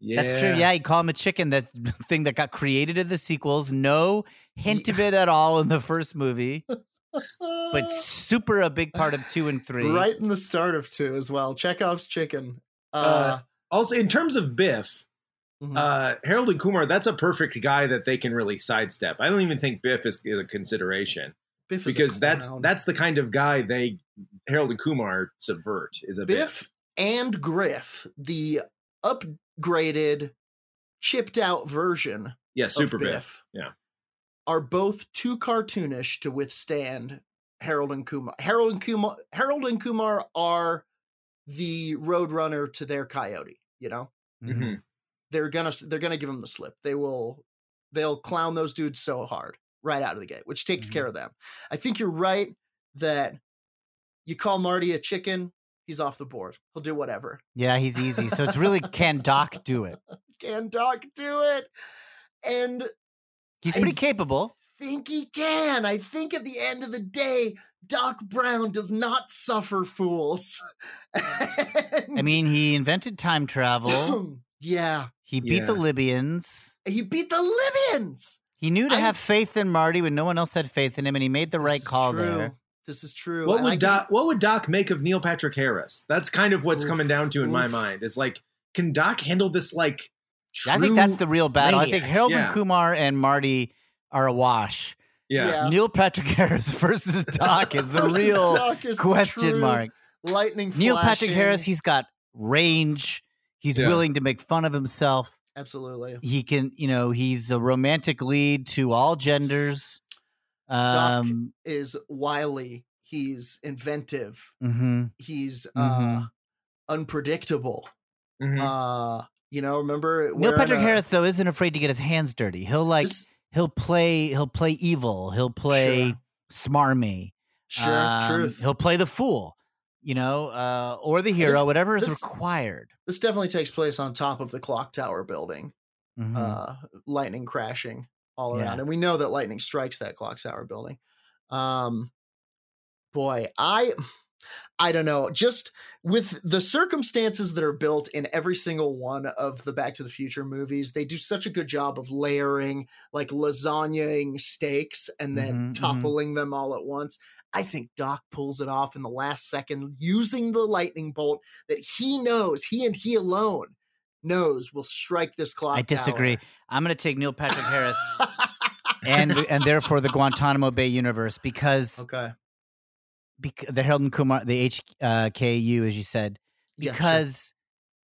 Speaker 2: yeah.
Speaker 3: That's true. Yeah, he called him a chicken. That (laughs) thing that got created in the sequels. No hint of it at all in the first movie,
Speaker 1: (laughs)
Speaker 3: but super a big part of two and three.
Speaker 1: Uh, right in the start of two as well. Chekhov's chicken. Uh,
Speaker 2: Uh, Also, in terms of Biff,
Speaker 1: mhm.
Speaker 2: uh, Harold and Kumar, that's a perfect guy that they can really sidestep. I don't even think Biff is a consideration
Speaker 1: Biff is a
Speaker 2: because that's
Speaker 1: clown.
Speaker 2: that's the kind of guy they Harold and Kumar subvert is a Biff.
Speaker 1: Biff and Griff, the upgraded, chipped out version
Speaker 2: Yeah, super
Speaker 1: of
Speaker 2: Biff.
Speaker 1: Biff,
Speaker 2: yeah.
Speaker 1: are both too cartoonish to withstand Harold and Kumar. Harold and Kumar, Harold and Kumar are the roadrunner to their coyote. You know,
Speaker 3: Mhm.
Speaker 2: Mhm.
Speaker 1: they're gonna they're gonna give them the slip. They will they'll clown those dudes so hard right out of the gate, which
Speaker 2: Mm-hmm.
Speaker 1: takes
Speaker 3: Mhm.
Speaker 1: care of them. I think you're right that you call Marty a chicken, he's off the board. He'll do whatever.
Speaker 3: Yeah, he's easy. So it's really can Doc do it?
Speaker 1: Can Doc do it? And
Speaker 3: He's
Speaker 1: I-
Speaker 3: pretty capable.
Speaker 1: think he can. I think at the end of the day, Doc Brown does not suffer fools. (laughs)
Speaker 3: I
Speaker 1: And-
Speaker 3: mean, he invented
Speaker 1: (coughs)
Speaker 3: time travel.
Speaker 1: (clears throat) yeah,
Speaker 3: He beat the
Speaker 2: Yeah.
Speaker 3: Libyans.
Speaker 1: he beat the Libyans.
Speaker 3: He knew to
Speaker 1: I-
Speaker 3: have faith in Marty when no one else had faith in him, and he made the
Speaker 1: This
Speaker 3: right
Speaker 1: is
Speaker 3: call
Speaker 1: true.
Speaker 3: there.
Speaker 1: This is true.
Speaker 2: What
Speaker 1: and I
Speaker 2: would
Speaker 1: can-
Speaker 2: Doc? What would Doc make of Neil Patrick Harris? That's kind of what's
Speaker 1: Oof,
Speaker 2: coming down to in my
Speaker 1: oof.
Speaker 2: mind. Is like, can Doc handle this? Like, true,
Speaker 3: I think that's the real battle. I think
Speaker 2: maniac,
Speaker 3: Harold and
Speaker 2: yeah.
Speaker 3: Kumar and Marty are awash.
Speaker 2: yeah.
Speaker 1: Yeah.
Speaker 3: Neil Patrick (laughs) Harris versus Doc is the
Speaker 1: Versus
Speaker 3: real
Speaker 1: Doc is the
Speaker 3: question
Speaker 1: true
Speaker 3: mark.
Speaker 1: Lightning.
Speaker 3: Neil Patrick
Speaker 1: flashing-
Speaker 3: Harris, he's got range. He's
Speaker 2: Yeah.
Speaker 3: willing to make fun of himself.
Speaker 1: absolutely.
Speaker 3: He can, you know, he's a romantic lead to all genders.
Speaker 1: Doc
Speaker 3: Um,
Speaker 1: is wily. He's inventive.
Speaker 3: mhm.
Speaker 1: He's uh,
Speaker 3: Mhm.
Speaker 1: unpredictable.
Speaker 2: Mhm.
Speaker 1: Uh, you know, remember
Speaker 3: Mm-hmm. Neil
Speaker 1: we're in
Speaker 3: Patrick
Speaker 1: a-
Speaker 3: Harris though isn't afraid to get his hands dirty. He'll like
Speaker 1: this-
Speaker 3: he'll play he'll play evil. He'll play
Speaker 1: Sure.
Speaker 3: smarmy.
Speaker 1: sure
Speaker 3: Um,
Speaker 1: truth.
Speaker 3: He'll play the fool, you know, uh, or the hero,
Speaker 1: This-
Speaker 3: whatever is
Speaker 1: this-
Speaker 3: required.
Speaker 1: this definitely takes place on top of the clock tower building
Speaker 3: Mhm.
Speaker 1: uh lightning crashing all
Speaker 3: Yeah.
Speaker 1: around and we know that lightning strikes that clock tower building um boy i i don't know just with the circumstances that are built in every single one of the back to the future movies they do such a good job of layering like lasagnaing steaks and then
Speaker 3: Mhm, mhm.
Speaker 1: toppling them all at once i think doc pulls it off in the last second using the lightning bolt that he knows he and he alone knows will strike this clock
Speaker 3: I disagree.
Speaker 1: tower.
Speaker 3: I'm going to take Neil Patrick
Speaker 1: (laughs)
Speaker 3: Harris and and therefore the Guantanamo Bay universe because,
Speaker 1: okay
Speaker 3: bec- the Harold and Kumar, the HKU, uh, as you said,
Speaker 1: Yeah, sure.
Speaker 3: because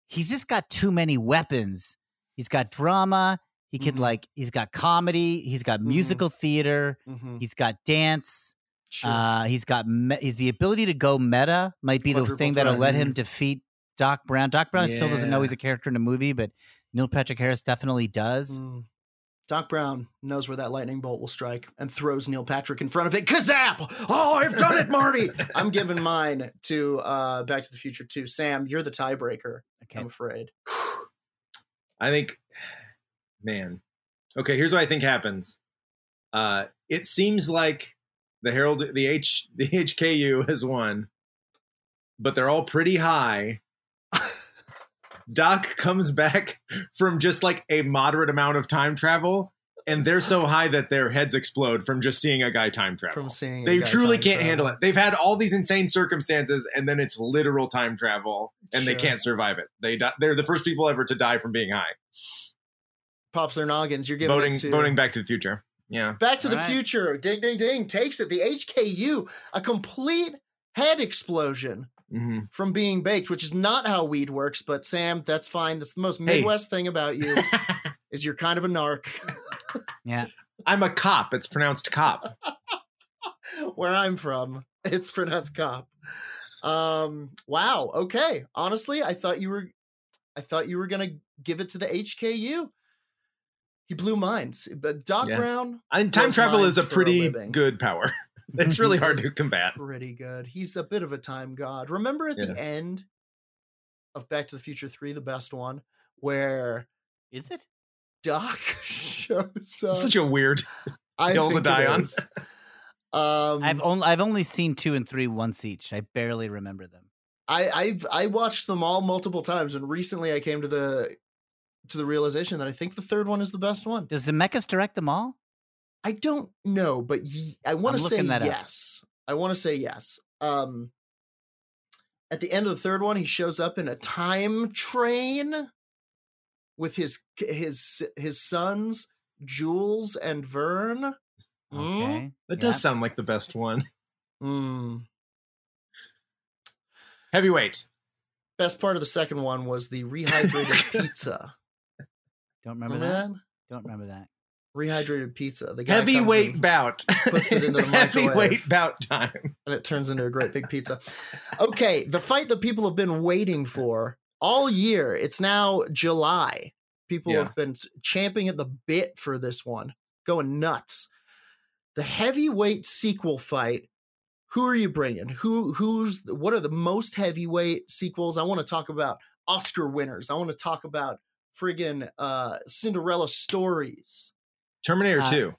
Speaker 3: he's just got too many weapons. He's got drama. He can
Speaker 1: Mhm.
Speaker 3: like he's got comedy. He's got
Speaker 1: Mm-hmm.
Speaker 3: musical theater.
Speaker 1: Mhm.
Speaker 3: He's got dance.
Speaker 1: Sure.
Speaker 3: Uh, he's got me- he's the ability to go meta might be the
Speaker 1: Quadruple
Speaker 3: thing that'll
Speaker 1: threat.
Speaker 3: let him defeat Doc Brown. Doc Brown still doesn't know
Speaker 2: Yeah.
Speaker 3: he's a character in a movie, but Neil Patrick Harris definitely does.
Speaker 1: Mm. Doc Brown knows where that lightning bolt will strike and throws Neil Patrick in front of it. Kazap! Oh, I've done it,
Speaker 3: (laughs)
Speaker 1: Marty. I'm giving mine to uh, Back to the Future 2. Sam, you're the tiebreaker,
Speaker 3: Okay.
Speaker 1: I'm afraid.
Speaker 2: I think, man. Okay, here's what I think happens. Uh, it seems like the Herald, the H, (laughs) the HKU has won, but they're all pretty high. Doc comes back from just like a moderate amount of time travel, and they're so high that their heads explode from just seeing a guy time travel.
Speaker 1: From seeing
Speaker 2: they truly can't handle it. They've had all these insane circumstances, and then it's literal time travel, and they
Speaker 1: Sure.
Speaker 2: can't survive it. They die, they're the first people ever to die from being high
Speaker 1: Pops their noggins. You're giving
Speaker 2: voting
Speaker 1: it to
Speaker 2: voting Back to the Future. Yeah,
Speaker 1: Back to the
Speaker 3: Alright.
Speaker 1: Future. Ding, ding, ding. Takes it. The HKU, a complete head explosion
Speaker 2: hmm
Speaker 1: from being baked, which is not how weed works. But Sam, that's fine. That's the most
Speaker 2: Hey.
Speaker 1: Midwest thing about
Speaker 2: (laughs)
Speaker 1: you is you're kind of a narc. (laughs)
Speaker 3: Yeah.
Speaker 2: I'm a cop. It's pronounced cop.
Speaker 1: where I'm from. It's pronounced cop. Um wow, okay. Honestly, I thought you were I thought you were gonna give it to the HKU. He blew minds. But Doc
Speaker 2: Yeah.
Speaker 1: Brown,
Speaker 2: And time
Speaker 1: Those
Speaker 2: travel is
Speaker 1: minds
Speaker 2: a
Speaker 1: for a
Speaker 2: pretty
Speaker 1: living.
Speaker 2: good power. (laughs) It's really hard to
Speaker 1: Yes.
Speaker 2: combat.
Speaker 1: pretty good. He's a bit of a time god. Remember at the end of Back to the Future 3, the best one, where
Speaker 3: Is it?
Speaker 1: Doc (laughs) shows up.
Speaker 2: It's such a weird.
Speaker 1: I
Speaker 2: hill to
Speaker 1: think it
Speaker 2: die on.
Speaker 1: is. Um
Speaker 3: I've only I've only seen two and three once each. I barely remember them.
Speaker 1: I I've I watched them all multiple times, and recently I came to the to the realization that I think the third one is the best one.
Speaker 3: Does Zemeckis direct them all?
Speaker 1: I don't know, but ye- I want
Speaker 3: I'm
Speaker 1: to say
Speaker 3: looking that up.
Speaker 1: yes. I want to say yes. Um, at the end of the third one, he shows up in a time train with his k- his his sons Jules and Vern. Mm.
Speaker 3: Okay.
Speaker 2: That
Speaker 3: Yeah.
Speaker 2: does sound like the best one.
Speaker 1: Mm.
Speaker 2: Heavyweight.
Speaker 1: Best part of the second one was the rehydrated pizza.
Speaker 3: Don't remember,
Speaker 1: Remember
Speaker 3: that?
Speaker 1: that?
Speaker 3: Don't remember that.
Speaker 1: Rehydrated pizza. The guy comes
Speaker 2: Heavyweight
Speaker 1: in-
Speaker 2: bout.
Speaker 1: puts it
Speaker 2: It's
Speaker 1: into the microwave.
Speaker 2: (laughs) heavyweight bout time.
Speaker 1: and it turns into a great big pizza. Okay, the fight that people have been waiting for all year. It's now July. People
Speaker 2: Yeah.
Speaker 1: have been s- champing at the bit for this one, going nuts. The heavyweight sequel fight. Who are you bringing? Who who's what are the most heavyweight sequels? I want to talk about Oscar winners. I want to talk about friggin' uh, Cinderella stories.
Speaker 2: Terminator
Speaker 3: Uh,
Speaker 2: Two.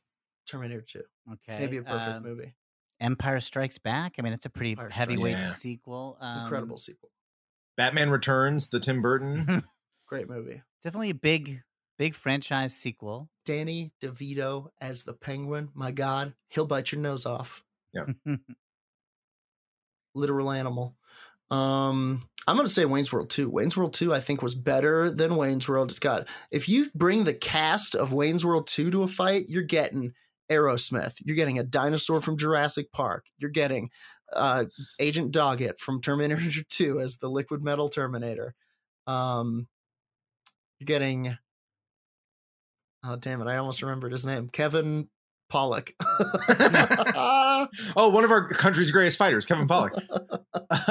Speaker 1: Terminator Two,
Speaker 3: Okay.
Speaker 1: maybe a perfect
Speaker 3: um,
Speaker 1: movie,
Speaker 3: Empire Strikes Back. I mean, that's a pretty
Speaker 1: Empire Strikes
Speaker 3: heavyweight
Speaker 2: Back. Yeah.
Speaker 3: sequel. Um,
Speaker 1: incredible sequel,
Speaker 2: Batman Returns. The Tim Burton.
Speaker 1: great movie.
Speaker 3: Definitely a big, big franchise sequel. (laughs)
Speaker 1: Danny DeVito as the penguin. My God, he'll bite your nose off. Literal animal. Um, I'm gonna say Wayne's World 2. Wayne's World 2, I think, was better than Wayne's World. It's got if you bring the cast of Wayne's World 2 to a fight, you're getting Aerosmith, you're getting a dinosaur from Jurassic Park, you're getting uh Agent Doggett from Terminator (laughs) 2 as the liquid metal Terminator. Um you're getting Oh damn it! I almost remembered his name, Kevin (laughs) Pollock.
Speaker 2: (laughs) Oh, one of our country's greatest fighters, Kevin Pollock.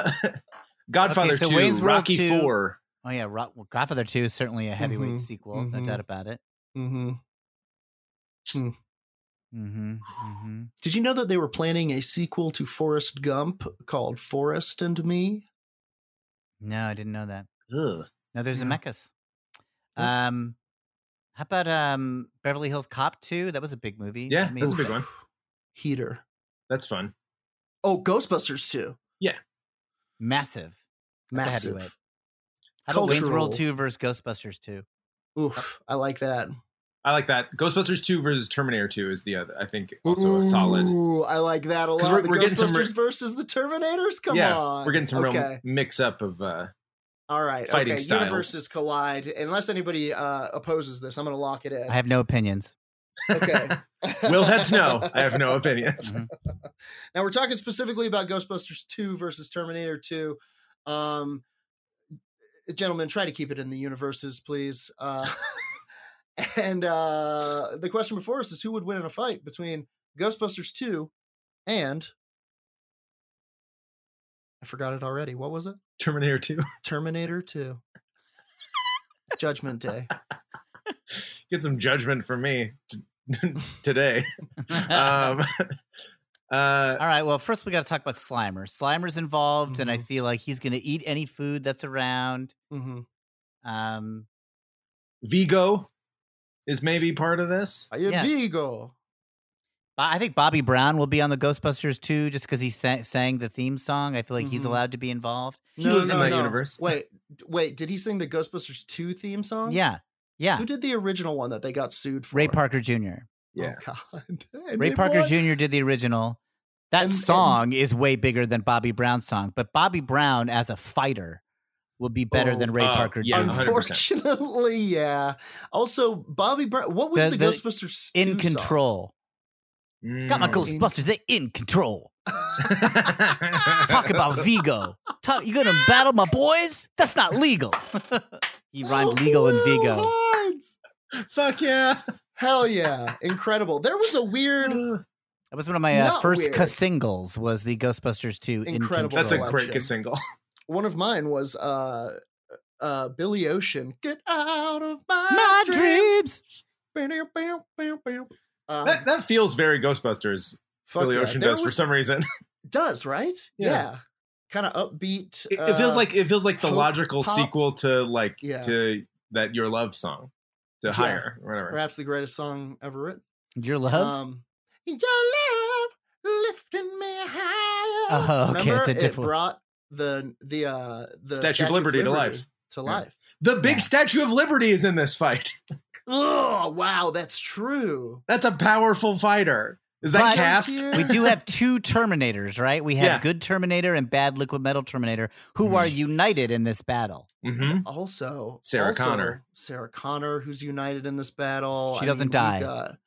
Speaker 2: (laughs) Godfather
Speaker 3: Okay, so
Speaker 2: Two.
Speaker 3: Wayne's World
Speaker 2: Rocky
Speaker 3: 2.
Speaker 2: Four.
Speaker 3: Oh yeah, Ro- well, Godfather Two is certainly a heavyweight
Speaker 1: Mhm,
Speaker 3: sequel. No
Speaker 1: mhm.
Speaker 3: doubt about it.
Speaker 1: hmm
Speaker 3: Mm-hmm. mm-hmm.
Speaker 1: Did you know that they were planning a sequel to Forrest Gump called Forrest and Me?
Speaker 3: No, I didn't know that.
Speaker 2: Ugh.
Speaker 3: No, there's
Speaker 1: Yeah.
Speaker 3: Zemeckis.
Speaker 1: Yep.
Speaker 3: Um, how about um Beverly Hills Cop Two? That was a big movie.
Speaker 2: Yeah,
Speaker 3: I mean,
Speaker 2: that's a big one.
Speaker 1: Heater.
Speaker 2: That's fun.
Speaker 1: Oh, Ghostbusters too.
Speaker 3: Massive. That's a heavyweight.
Speaker 1: Massive.
Speaker 3: How about Wayne's World
Speaker 1: Cultural.
Speaker 3: Two versus Ghostbusters Two?
Speaker 1: Oof, I like that.
Speaker 2: I like that. Ghostbusters 2 versus Terminator 2 is the other, I think, also a solid.
Speaker 1: Ooh, I like that a
Speaker 2: 'Cause
Speaker 1: lot.
Speaker 2: we're-
Speaker 1: the
Speaker 2: we're getting some
Speaker 1: Ghostbusters
Speaker 2: re-
Speaker 1: versus the Terminators. Come
Speaker 2: yeah,
Speaker 1: on,
Speaker 2: we're getting some
Speaker 1: okay.
Speaker 2: real mix up of. Uh,
Speaker 1: All right,
Speaker 2: fighting
Speaker 1: okay.
Speaker 2: styles.
Speaker 1: Universes collide. Unless anybody uh, opposes this, I'm going to lock it in.
Speaker 2: (laughs)
Speaker 3: I have no opinions.
Speaker 1: okay.
Speaker 2: Will that's no.
Speaker 1: (laughs)
Speaker 2: I have no opinions.
Speaker 3: Mhm.
Speaker 1: Now we're talking specifically about Ghostbusters 2 versus Terminator 2. Um gentlemen, try to keep it in the universes, please.
Speaker 2: (laughs)
Speaker 1: Uh, and uh, the question before us is who would win in a fight between Ghostbusters 2 and. I forgot it already. What was it?
Speaker 2: Terminator 2
Speaker 1: Terminator 2. Judgment Day.
Speaker 2: (laughs) get some judgment from me t- (laughs)
Speaker 3: (laughs)
Speaker 2: today. (laughs) um, uh,
Speaker 3: Mm-hmm. All right. Well, first we got to talk about Slimer. Slimer's involved, and I feel like he's going to eat any food that's around.
Speaker 1: hmm
Speaker 3: Um,
Speaker 2: Vigo is maybe part of this.
Speaker 1: I am
Speaker 3: Yeah.
Speaker 1: Vigo.
Speaker 3: Bo- I think Bobby Brown will be on the Ghostbusters too, just because he sang, sang the theme song. I feel like he's
Speaker 1: Mhm.
Speaker 3: allowed to be involved.
Speaker 2: He lives in that universe.
Speaker 1: Wait, d- wait. Did he sing the Ghostbusters 2 theme song?
Speaker 3: Yeah, yeah.
Speaker 1: Who did the original one that they got sued for?
Speaker 3: Ray Parker Jr.
Speaker 2: Yeah.
Speaker 1: Oh, God. (laughs) And
Speaker 3: Ray
Speaker 1: they
Speaker 3: Parker
Speaker 1: won.
Speaker 3: Jr. did the original. That
Speaker 1: And- and-
Speaker 3: song is way bigger than Bobby Brown's song, but Bobby Brown as a fighter will be better
Speaker 1: Oh,
Speaker 3: than Ray
Speaker 2: uh,
Speaker 3: Parker
Speaker 2: yeah,
Speaker 3: Jr.
Speaker 2: 100%.
Speaker 1: Unfortunately, yeah. Also, Bobby Brown. What was
Speaker 3: The-
Speaker 1: the,
Speaker 3: the-
Speaker 1: Ghostbusters
Speaker 3: In
Speaker 1: 2 song? Mm-hmm.
Speaker 3: control. Got my
Speaker 2: Mm. (laughs)
Speaker 1: ghost.
Speaker 3: Ghostbusters. They in control.
Speaker 1: (laughs)
Speaker 3: Talk about Vigo. Talk, you gonna battle my boys? That's not
Speaker 1: (laughs)
Speaker 3: legal.
Speaker 1: (gasps)
Speaker 3: he rhymed legal and Vigo.
Speaker 1: Hines.
Speaker 2: Fuck yeah.
Speaker 1: Hell yeah! Incredible. There was a weird.
Speaker 3: (sighs) That was one of my uh,
Speaker 1: Not
Speaker 3: first
Speaker 1: weird.
Speaker 3: ca- singles. Was the Ghostbusters two
Speaker 1: Incredible.
Speaker 3: In
Speaker 2: That's a
Speaker 3: control.
Speaker 2: great
Speaker 1: Selection.
Speaker 2: single.
Speaker 1: One of mine was uh, uh, Billy Ocean. Get out of my,
Speaker 3: my
Speaker 1: dreams.
Speaker 3: dreams.
Speaker 1: Bam, bam, bam, bam. Um,
Speaker 2: That, that feels very Ghostbusters.
Speaker 1: fuck
Speaker 2: Billy
Speaker 1: yeah.
Speaker 2: Ocean
Speaker 1: There
Speaker 2: does for
Speaker 1: was-
Speaker 2: some reason.
Speaker 1: (laughs) Does right?
Speaker 2: Yeah.
Speaker 1: Yeah. Kind of upbeat.
Speaker 2: It, it feels
Speaker 1: uh,
Speaker 2: like it feels like the
Speaker 1: hope
Speaker 2: logical
Speaker 1: pop.
Speaker 2: sequel to like
Speaker 1: Yeah.
Speaker 2: to that your love song to
Speaker 1: Yeah.
Speaker 2: hire or whatever.
Speaker 1: perhaps the greatest song ever written.
Speaker 3: Your love.
Speaker 1: Um, your love lifting me higher.
Speaker 3: Oh, okay,
Speaker 1: Uh, Remember,
Speaker 3: it's a
Speaker 1: it
Speaker 3: different-
Speaker 1: brought the the uh the
Speaker 2: Statue of Liberty to life.
Speaker 1: to
Speaker 2: Yeah.
Speaker 1: life.
Speaker 2: The big
Speaker 3: Yeah.
Speaker 2: Statue of Liberty is in this fight. (laughs)
Speaker 1: Oh wow, that's true.
Speaker 2: That's a powerful fighter. Is that
Speaker 3: But-
Speaker 2: cast?
Speaker 1: Here-
Speaker 3: we do have two Terminators, right? We have
Speaker 2: Yeah. Mm.
Speaker 3: good Terminator and bad liquid metal Terminator, who are united in this battle.
Speaker 2: Mm-hmm.
Speaker 1: Also,
Speaker 2: Sarah
Speaker 1: also
Speaker 2: Connor.
Speaker 1: Sarah Connor, who's united in this battle.
Speaker 3: She doesn't
Speaker 1: we've
Speaker 3: die.
Speaker 1: got-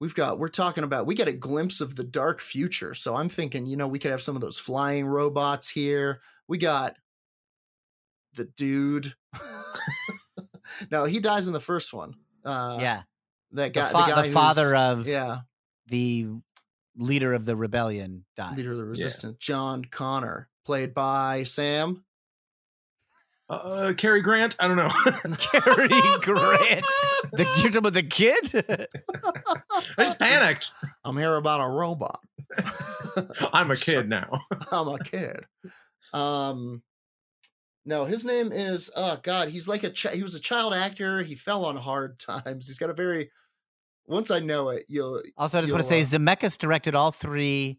Speaker 1: We've got, we're talking about, we get a glimpse of the dark future. So I'm thinking, you know, we could have some of those flying robots here. We got the dude. (laughs) no, he dies in the first one. Uh,
Speaker 3: yeah,
Speaker 1: That
Speaker 3: the,
Speaker 1: guy,
Speaker 3: fa-
Speaker 1: the,
Speaker 3: the
Speaker 1: guy
Speaker 3: father
Speaker 1: who's-
Speaker 3: of
Speaker 1: yeah,
Speaker 3: the leader of the rebellion dies.
Speaker 1: leader of the resistance, John Connor, played by Sam.
Speaker 2: Uh, Cary Grant? I don't know. (laughs)
Speaker 3: (laughs) Cary Grant. The, you're talking about the kid? (laughs)
Speaker 2: I just panicked.
Speaker 1: (laughs) I'm here about a robot. (laughs)
Speaker 2: I'm a kid now.
Speaker 1: I'm a kid. Um, no, his name is oh god, he's like a chi- he was a child actor. He fell on hard (laughs) times. He's got a very once I know it, you'll
Speaker 3: Also, I just want to say
Speaker 1: You'll,
Speaker 3: Zemeckis directed all three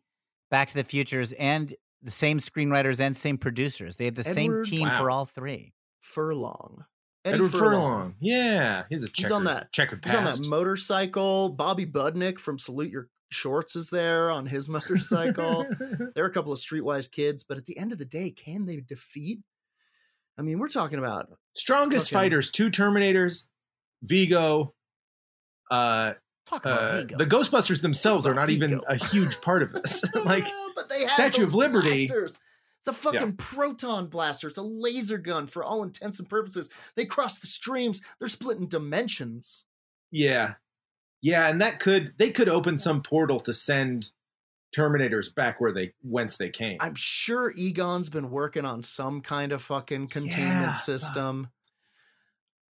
Speaker 3: Back to the Futures and the same screenwriters and same producers. They had the same
Speaker 1: Edward-
Speaker 3: team for
Speaker 2: Wow.
Speaker 3: all three.
Speaker 1: furlong. (laughs) Eddie
Speaker 2: Edward Furlong. Yeah, he's a checkered,
Speaker 1: He's on that-
Speaker 2: checkered
Speaker 1: He's
Speaker 2: past.
Speaker 1: on that motorcycle. Bobby Budnick from Salute Your Shorts is there on his (laughs)
Speaker 2: (laughs)
Speaker 1: motorcycle. there are a couple of streetwise kids, but at the end of the day, can they defeat? I mean, we're talking about
Speaker 2: Strongest
Speaker 1: Fucking-
Speaker 2: fighters: two Terminators, Vigo. Uh,
Speaker 3: Talk about
Speaker 2: uh,
Speaker 3: Vigo.
Speaker 2: the Ghostbusters themselves
Speaker 1: Talk
Speaker 2: are
Speaker 1: about
Speaker 2: not even
Speaker 1: Vigo.
Speaker 2: a huge part of this.
Speaker 1: (laughs)
Speaker 2: (laughs) like,
Speaker 1: Yeah, but they have
Speaker 2: Statue of
Speaker 1: those
Speaker 2: Liberty-
Speaker 1: blasters. It's a fucking proton blaster. It's a laser gun for all intents and purposes. They cross the streams. They're splitting dimensions.
Speaker 2: yeah, yeah, and that could they could open some portal to send Terminators back where they whence they came.
Speaker 1: I'm sure Egon's been working on some kind of fucking containment
Speaker 2: Yeah.
Speaker 1: system.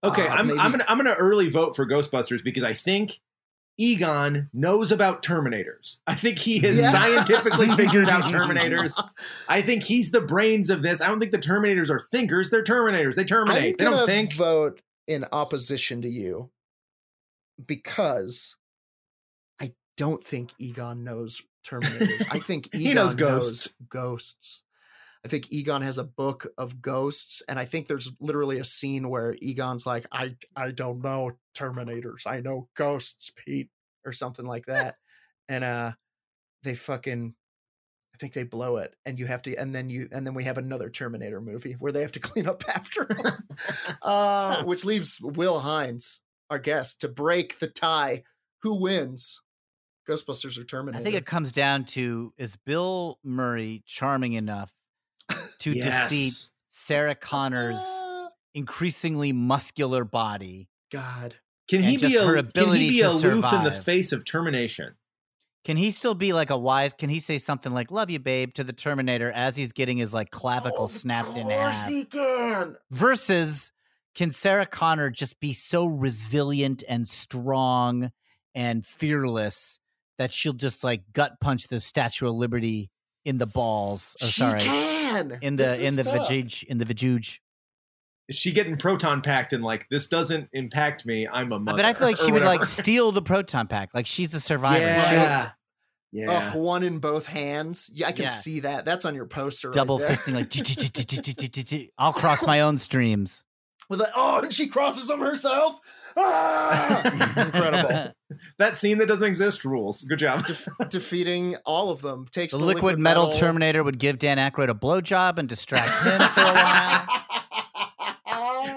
Speaker 2: Okay,
Speaker 1: Uh,
Speaker 2: I'm,
Speaker 1: maybe-
Speaker 2: I'm gonna I'm gonna early vote for Ghostbusters because I think Egon knows about Terminators. I think he has
Speaker 1: Yeah. (laughs)
Speaker 2: scientifically figured out Terminators. I think he's the brains of this. I don't think the Terminators are thinkers. They're Terminators. They terminate. they don't
Speaker 1: gonna
Speaker 2: think.
Speaker 1: vote in opposition to you because I don't think Egon knows Terminators. (laughs) I think Egon
Speaker 2: He knows
Speaker 1: knows ghosts. I think Egon has a book of ghosts, and I think there's literally a scene where Egon's like, "I I don't know Terminators. I know ghosts, Pete, or something like that," and uh, they fucking. I think they blow it, and you have to, and then you, and then we have another Terminator movie where they have to (laughs) clean up after,
Speaker 3: (laughs)
Speaker 1: him. uh, which leaves Will Hines, our guest, to break the tie. Who wins? Ghostbusters or Terminator?
Speaker 3: I think it comes down to is Bill
Speaker 1: (gasps)
Speaker 3: Murray charming enough to defeat Sarah Connor's
Speaker 1: Uh,
Speaker 3: increasingly muscular body.
Speaker 1: God.
Speaker 2: Can he
Speaker 3: And just
Speaker 2: be
Speaker 3: her
Speaker 2: al- can he
Speaker 3: ability
Speaker 2: be
Speaker 3: to
Speaker 2: aloof in the
Speaker 3: survive.
Speaker 2: face of termination?
Speaker 3: Can he still be like a wise? Can he say something like "Love you, babe" to the Terminator as he's getting his like clavicle snapped in
Speaker 1: Oh, Of course
Speaker 3: half? Oh,
Speaker 1: he can.
Speaker 3: Versus, can Sarah Connor just be so resilient and strong and fearless that she'll just like gut punch the Statue of Liberty in the balls? Or,
Speaker 1: she
Speaker 3: sorry,
Speaker 1: can.
Speaker 3: in the
Speaker 1: This
Speaker 3: in
Speaker 1: is
Speaker 3: the
Speaker 1: tough.
Speaker 3: vajuj in the vajuj.
Speaker 2: Is she getting proton packed and like this doesn't impact me? I'm a mother.
Speaker 3: But I feel like
Speaker 2: or
Speaker 3: she would like
Speaker 2: whatever.
Speaker 3: steal the proton pack. Like she's a survivor.
Speaker 2: Yeah.
Speaker 3: She'll
Speaker 1: Right.
Speaker 2: yeah.
Speaker 1: Ugh, one in both hands. Yeah, I can
Speaker 3: Yeah.
Speaker 1: see that. That's on your poster.
Speaker 3: double
Speaker 1: right there.
Speaker 3: fisting like "Tch, tch, tch, tch, tch, tch, tch, tch." I'll cross my own streams.
Speaker 1: With a, oh, and she crosses them herself. Ah!
Speaker 3: (laughs)
Speaker 1: Incredible.
Speaker 2: That scene that doesn't exist rules. Good job.
Speaker 1: Defeating all of them takes
Speaker 3: The
Speaker 1: the,
Speaker 3: liquid, metal, Terminator would give Dan Aykroyd a blowjob and distract him for a while.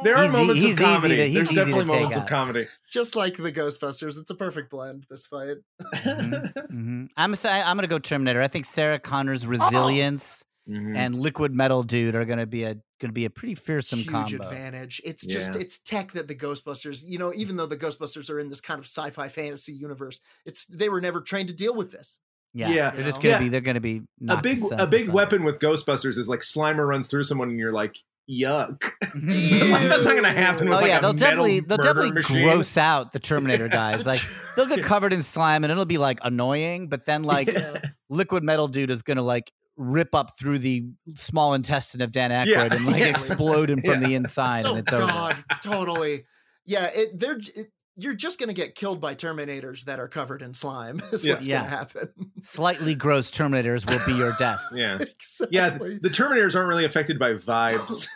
Speaker 2: There are
Speaker 3: He's e-
Speaker 2: moments
Speaker 3: he's
Speaker 2: of
Speaker 3: easy to-
Speaker 2: comedy.
Speaker 3: he's
Speaker 2: There's
Speaker 3: easy to
Speaker 2: definitely
Speaker 3: take
Speaker 2: moments of
Speaker 3: out.
Speaker 2: comedy.
Speaker 1: Just like the Ghostbusters, it's a perfect blend. This fight.
Speaker 3: Mhm, mhm. I'm s- I- I'm gonna go Terminator. I think Sarah Connor's
Speaker 2: Oh.
Speaker 3: resilience
Speaker 2: Mhm.
Speaker 3: and liquid metal dude are gonna be a gonna be a pretty fearsome
Speaker 1: Huge
Speaker 3: combo.
Speaker 1: advantage. It's just
Speaker 2: Yeah.
Speaker 1: it's tech that the Ghostbusters, you know, even though the Ghostbusters are in this kind of sci-fi fantasy universe, it's they were never trained to deal with this.
Speaker 3: Yeah,
Speaker 2: Yeah.
Speaker 3: they're just gonna
Speaker 2: Yeah.
Speaker 3: be they're gonna be
Speaker 2: a
Speaker 3: knocked
Speaker 2: big
Speaker 3: to
Speaker 2: a big
Speaker 3: sun- (laughs)
Speaker 2: weapon (laughs) with Ghostbusters is like Slimer runs through someone and you're like, yuck. (laughs) That's not gonna happen. With
Speaker 3: Oh
Speaker 2: like
Speaker 3: yeah,
Speaker 2: a metal
Speaker 3: they'll definitely they'll
Speaker 2: murder
Speaker 3: definitely
Speaker 2: machine.
Speaker 3: gross out
Speaker 2: (laughs)
Speaker 3: the Terminator guys. Like they'll get
Speaker 2: Yeah.
Speaker 3: covered in slime and it'll be like annoying, but then like
Speaker 2: (laughs) Yeah.
Speaker 3: liquid metal dude is gonna like rip up through the small intestine of Dan Aykroyd
Speaker 2: Yeah, (laughs)
Speaker 3: and like
Speaker 2: yeah.
Speaker 3: explode him from the inside
Speaker 1: Oh
Speaker 3: and it's over.
Speaker 1: God, totally. Yeah, it, they're j- it, you're just gonna get killed by Terminators that are covered in slime. (laughs) Is
Speaker 2: Yeah.
Speaker 1: what's
Speaker 3: Yeah.
Speaker 1: gonna happen. (laughs)
Speaker 3: Slightly gross Terminators will be your death.
Speaker 2: Yeah.
Speaker 1: exactly.
Speaker 2: Yeah. The Terminators aren't really affected by
Speaker 1: (laughs)
Speaker 2: vibes.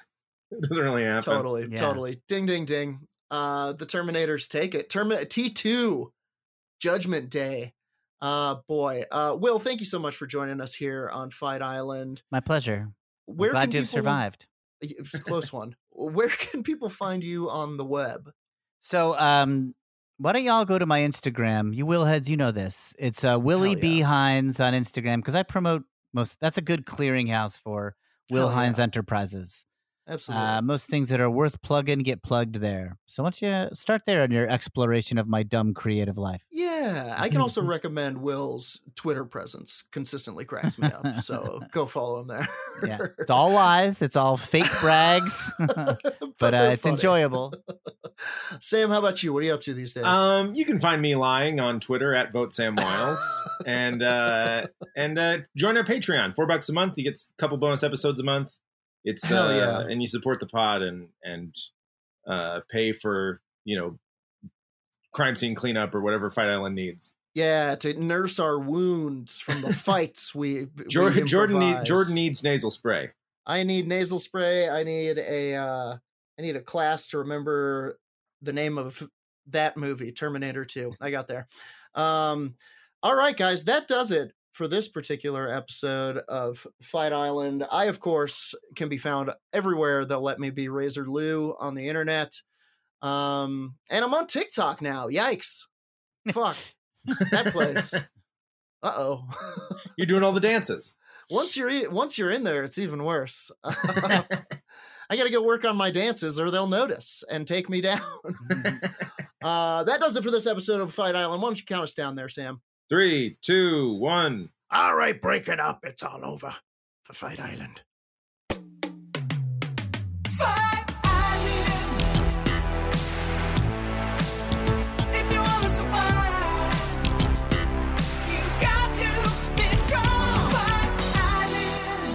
Speaker 2: it doesn't really happen.
Speaker 1: totally,
Speaker 3: Yeah.
Speaker 1: totally. Ding, ding, ding. Uh, the Terminators take it. Termin T two, Judgment Day. Uh, boy. Uh, Will, thank you so much for joining us here on Fight Island.
Speaker 3: My pleasure. I'm
Speaker 1: Where
Speaker 3: glad
Speaker 1: can
Speaker 3: to have
Speaker 1: people-
Speaker 3: survived.
Speaker 1: It was a close
Speaker 3: (laughs)
Speaker 1: one. Where can people find you on the web?
Speaker 3: So um why don't y'all go to my Instagram? You will heads, you know this. It's uh, Willie
Speaker 1: Hell yeah.
Speaker 3: B Hines on Instagram because I promote most. That's a good clearinghouse for
Speaker 1: Hell
Speaker 3: Will
Speaker 1: yeah.
Speaker 3: Hines Enterprises.
Speaker 1: Absolutely.
Speaker 3: Uh, most things that are worth plugging get plugged there. So why don't you start there on your exploration of my dumb creative life?
Speaker 1: Yeah, I can also
Speaker 3: (laughs)
Speaker 1: recommend Will's Twitter presence consistently cracks me up. So go follow him there.
Speaker 3: Yeah, it's all lies. It's all fake brags, (laughs)
Speaker 1: but,
Speaker 3: but uh,
Speaker 1: they're
Speaker 3: it's
Speaker 1: funny.
Speaker 3: enjoyable.
Speaker 1: (laughs) Sam, how about you? What are you up to these days?
Speaker 2: Um, you can find me lying on Twitter at vote Sam
Speaker 1: (laughs)
Speaker 2: Wiles, and uh, and uh, join our Patreon. Four bucks a month, you get a couple bonus episodes a month. It's
Speaker 1: Hell
Speaker 2: uh,
Speaker 1: yeah.
Speaker 2: and you support the pod and and uh, pay for you know crime scene cleanup or whatever Fight Island needs.
Speaker 1: yeah, to nurse our wounds from the fights we, we
Speaker 2: Jordan Jordan, need,
Speaker 1: improvise.
Speaker 2: Jordan needs nasal spray.
Speaker 1: I need nasal spray. I need a uh I need a class to remember the name of that movie, Terminator 2. I got there. Um all right guys, that does it for this particular episode of Fight Island. I of course can be found everywhere that let me be Razor Lou on the internet. Um and I'm on TikTok now. Yikes. Fuck. that place. Uh-oh. (laughs)
Speaker 2: You're doing all the dances.
Speaker 1: once you're i- once you're in there, it's even worse. (laughs) I got to go work on my dances, or they'll notice and take me (laughs) down. uh, that does it for this episode of Fight Island. Why don't you count us down there, Sam?
Speaker 2: Three, two, one.
Speaker 1: All right, break it up. It's all over for Fight Island.
Speaker 4: If you wanna survive, you've got to be strong. Fight Island.